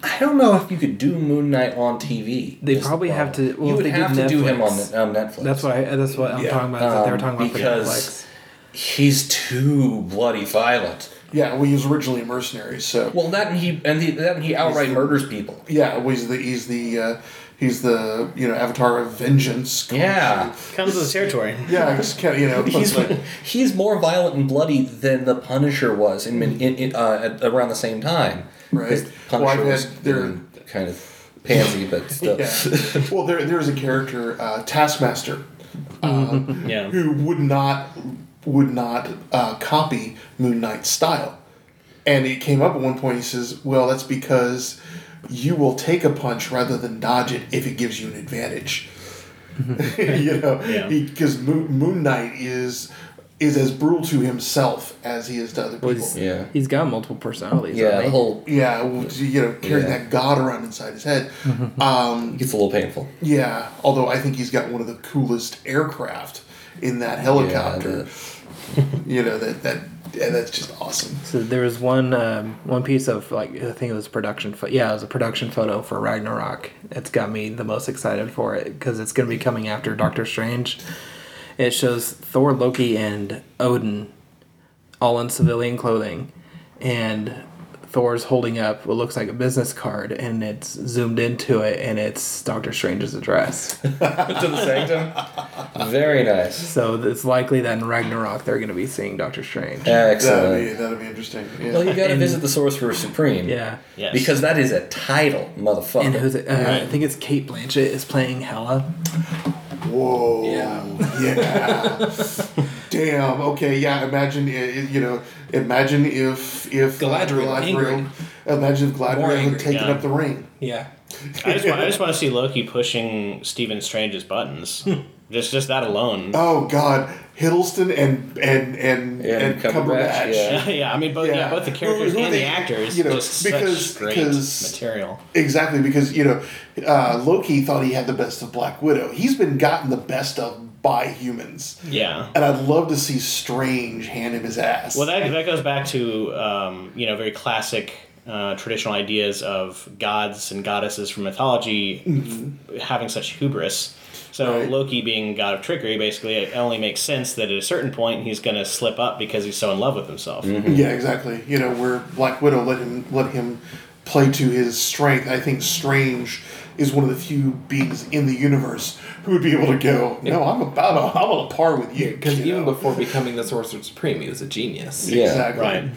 [SPEAKER 1] I don't know if you could do Moon Knight on TV.
[SPEAKER 4] They
[SPEAKER 1] is the
[SPEAKER 4] probably have
[SPEAKER 1] problem.
[SPEAKER 4] to- well,
[SPEAKER 1] you
[SPEAKER 4] if
[SPEAKER 1] would
[SPEAKER 4] they did
[SPEAKER 1] have to do him on,
[SPEAKER 4] Netflix-
[SPEAKER 1] on Netflix.
[SPEAKER 4] That's what I, that's what I'm
[SPEAKER 3] Yeah.
[SPEAKER 4] talking about. Is that they were
[SPEAKER 1] Um,
[SPEAKER 4] talking about
[SPEAKER 1] because-
[SPEAKER 4] for Netflix.
[SPEAKER 1] He's too bloody violent.
[SPEAKER 3] yeah, well, he was originally a mercenary, so
[SPEAKER 1] Well, that and he and the, that and he outright murders people.
[SPEAKER 3] yeah, well, he's the he's the uh, he's the you know avatar of vengeance.
[SPEAKER 1] Yeah.
[SPEAKER 2] Comes with the territory.
[SPEAKER 3] Yeah, it's kind of, you know,
[SPEAKER 1] He's
[SPEAKER 3] he's like,
[SPEAKER 1] he's more violent and bloody than the Punisher was in, in, in uh, at, around the same time.
[SPEAKER 3] Right.
[SPEAKER 1] 'Cause
[SPEAKER 3] Well, I've
[SPEAKER 1] Punisher was
[SPEAKER 3] had- there-
[SPEAKER 1] um, kind of pansy, but still.
[SPEAKER 3] yeah. Well, there there's a character, uh, Taskmaster, um,
[SPEAKER 2] Yeah.
[SPEAKER 3] who would not would not uh, copy Moon Knight's style, and it came up at one point. He says, "Well, that's because you will take a punch rather than dodge it if it gives you an advantage." you know,
[SPEAKER 2] Yeah.
[SPEAKER 3] because Moon, Moon Knight is is as brutal to himself as he is to other people.
[SPEAKER 4] Well, he's,
[SPEAKER 1] Yeah.
[SPEAKER 4] he's got multiple personalities.
[SPEAKER 1] Yeah,
[SPEAKER 4] hasn't
[SPEAKER 1] the
[SPEAKER 4] he?
[SPEAKER 1] whole
[SPEAKER 3] Yeah, well, you know, carrying
[SPEAKER 1] Yeah.
[SPEAKER 3] that god around inside his head. um,
[SPEAKER 1] gets a little painful.
[SPEAKER 3] yeah, although I think he's got one of the coolest aircraft in that helicopter. you know that that yeah, that's just awesome.
[SPEAKER 4] So there was one um, one piece of like I think it was production photo. yeah, it was a production photo for Ragnarok. It's got me the most excited for it because it's going to be coming after Doctor Strange. It shows Thor, Loki, and Odin all in civilian clothing, and Thor's holding up what looks like a business card, and it's zoomed into it, and it's Doctor Strange's address.
[SPEAKER 5] to the sanctum.
[SPEAKER 1] Very nice.
[SPEAKER 4] so it's likely that in Ragnarok they're going to be seeing Doctor Strange.
[SPEAKER 3] That'd be
[SPEAKER 1] Excellent.
[SPEAKER 3] that'd be interesting. Yeah.
[SPEAKER 1] uh, Well, you gotta
[SPEAKER 4] And-
[SPEAKER 1] visit the Sorcerer Supreme.
[SPEAKER 4] Yeah.
[SPEAKER 2] Yes.
[SPEAKER 1] Because that is a title, motherfucker.
[SPEAKER 4] And who's it? Uh, I think it's Kate Blanchett is playing Hella.
[SPEAKER 3] Whoa.
[SPEAKER 4] Yeah.
[SPEAKER 3] Yeah. Damn. Okay. Yeah. Imagine i- i- you know. Imagine if if uh,
[SPEAKER 4] Galadriel, angry.
[SPEAKER 3] Imagine if
[SPEAKER 4] More
[SPEAKER 3] Galadriel
[SPEAKER 4] angry,
[SPEAKER 3] had taken
[SPEAKER 2] yeah.
[SPEAKER 3] up the ring.
[SPEAKER 4] Yeah.
[SPEAKER 2] I just, want, I just want to see Loki pushing Stephen Strange's buttons. just just that alone.
[SPEAKER 3] Oh God, Hiddleston and and and
[SPEAKER 1] Yeah,
[SPEAKER 3] and
[SPEAKER 1] Cumberbatch,
[SPEAKER 3] Cumberbatch.
[SPEAKER 1] yeah.
[SPEAKER 2] yeah, I mean both yeah.
[SPEAKER 3] Yeah.
[SPEAKER 2] both the
[SPEAKER 3] Well,
[SPEAKER 2] characters
[SPEAKER 3] who
[SPEAKER 2] and
[SPEAKER 3] they-
[SPEAKER 2] the actors
[SPEAKER 3] you know,
[SPEAKER 2] just
[SPEAKER 3] because-
[SPEAKER 2] such great
[SPEAKER 3] because-
[SPEAKER 2] material.
[SPEAKER 3] Exactly, because you know uh, Loki thought he had the best of Black Widow. He's been gotten the best of by humans,
[SPEAKER 2] Yeah.
[SPEAKER 3] and I'd love to see Strange hand him his ass.
[SPEAKER 2] Well, that, that goes back to um, you know very classic uh, traditional ideas of gods and goddesses from mythology f- having such hubris. So
[SPEAKER 3] Mm-hmm. Right.
[SPEAKER 2] Loki being god of trickery, basically, it only makes sense that at a certain point he's going to slip up because he's so in love with himself.
[SPEAKER 3] Yeah, exactly. You know, where Black Widow let him let him play to his strength. I think Strange is one of the few beings in the universe who would be able to go, no, I'm about i I'm on a par with you.
[SPEAKER 4] Because
[SPEAKER 3] you
[SPEAKER 4] even
[SPEAKER 3] know?
[SPEAKER 4] before becoming the Sorcerer Supreme, he was a genius.
[SPEAKER 1] Yeah.
[SPEAKER 3] exactly.
[SPEAKER 2] Right.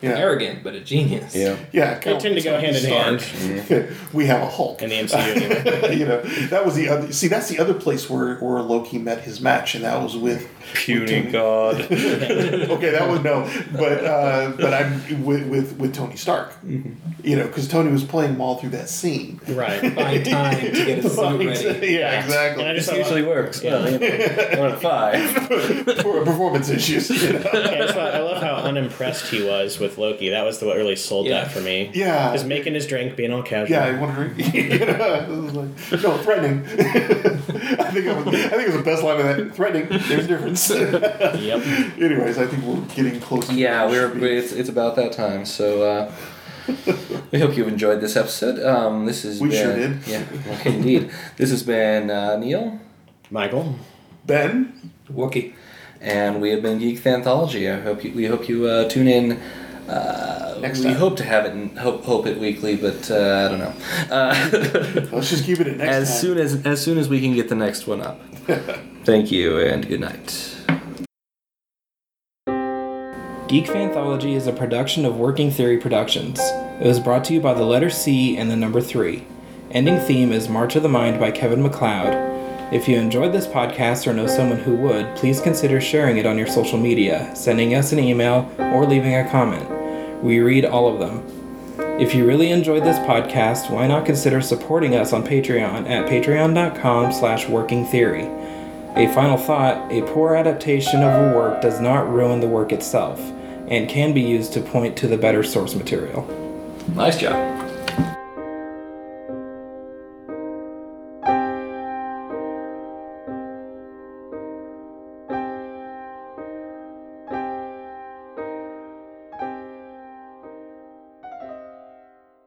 [SPEAKER 3] Yeah.
[SPEAKER 4] Arrogant, but a genius.
[SPEAKER 1] Yeah.
[SPEAKER 3] Yeah,
[SPEAKER 2] They tend to go hand in hand
[SPEAKER 3] we have a Hulk.
[SPEAKER 2] in the MCU. Anyway.
[SPEAKER 3] you know, that was the other. See, that's the other place where where Loki met his match, and that was with
[SPEAKER 5] Puny god.
[SPEAKER 3] okay, that was no, but uh, but I'm with with, with Tony Stark. You know, because Tony was playing Maul through that scene.
[SPEAKER 2] right.
[SPEAKER 4] Find time to get his suit ready.
[SPEAKER 3] yeah, exactly.
[SPEAKER 2] And I
[SPEAKER 1] This
[SPEAKER 2] just thought-
[SPEAKER 1] usually works. Well, you know, one of five.
[SPEAKER 3] for performance issues. you know?
[SPEAKER 2] Yeah, I, just, I love how unimpressed he was with Loki. That was the what really sold
[SPEAKER 4] Yeah.
[SPEAKER 2] that for me.
[SPEAKER 3] Yeah.
[SPEAKER 2] Just making his drink, being all casual.
[SPEAKER 3] Yeah, I wonder. You know, it was like, no, threatening. I think it was, I think it was the best line of that. Threatening. There's a difference.
[SPEAKER 2] Yep.
[SPEAKER 3] Anyways, I think we're getting close. to
[SPEAKER 1] Yeah,
[SPEAKER 3] where
[SPEAKER 1] we're
[SPEAKER 3] we should be.
[SPEAKER 1] it's it's about that time. So uh, we hope you've enjoyed this episode. Um, this is
[SPEAKER 3] We sure did.
[SPEAKER 1] Yeah, well, indeed. This has been uh, Neil,
[SPEAKER 2] Michael.
[SPEAKER 3] Ben.
[SPEAKER 4] Wookie.
[SPEAKER 1] and we have been Geek Fanthology. I hope you, we hope you uh, tune in. Uh,
[SPEAKER 3] Next
[SPEAKER 1] we
[SPEAKER 3] time.
[SPEAKER 1] hope to have it in, hope hope it weekly, but uh, I don't know. Uh,
[SPEAKER 3] Let's just keep it at next
[SPEAKER 1] as
[SPEAKER 3] time.
[SPEAKER 1] soon as as soon as we can get the next one up. Thank you and good night.
[SPEAKER 4] Geek Fanthology is a production of Working Theory Productions. It was brought to you by the letter C and the number 3. Ending theme is March of the Mind by Kevin McLeod. If you enjoyed this podcast or know someone who would, please consider sharing it on your social media, sending us an email, or leaving a comment. We read all of them. If you really enjoyed this podcast, why not consider supporting us on Patreon at patreon.com slash working theory. A final thought a poor adaptation of a work does not ruin the work itself, and can be used to point to the better source material.
[SPEAKER 1] Nice job.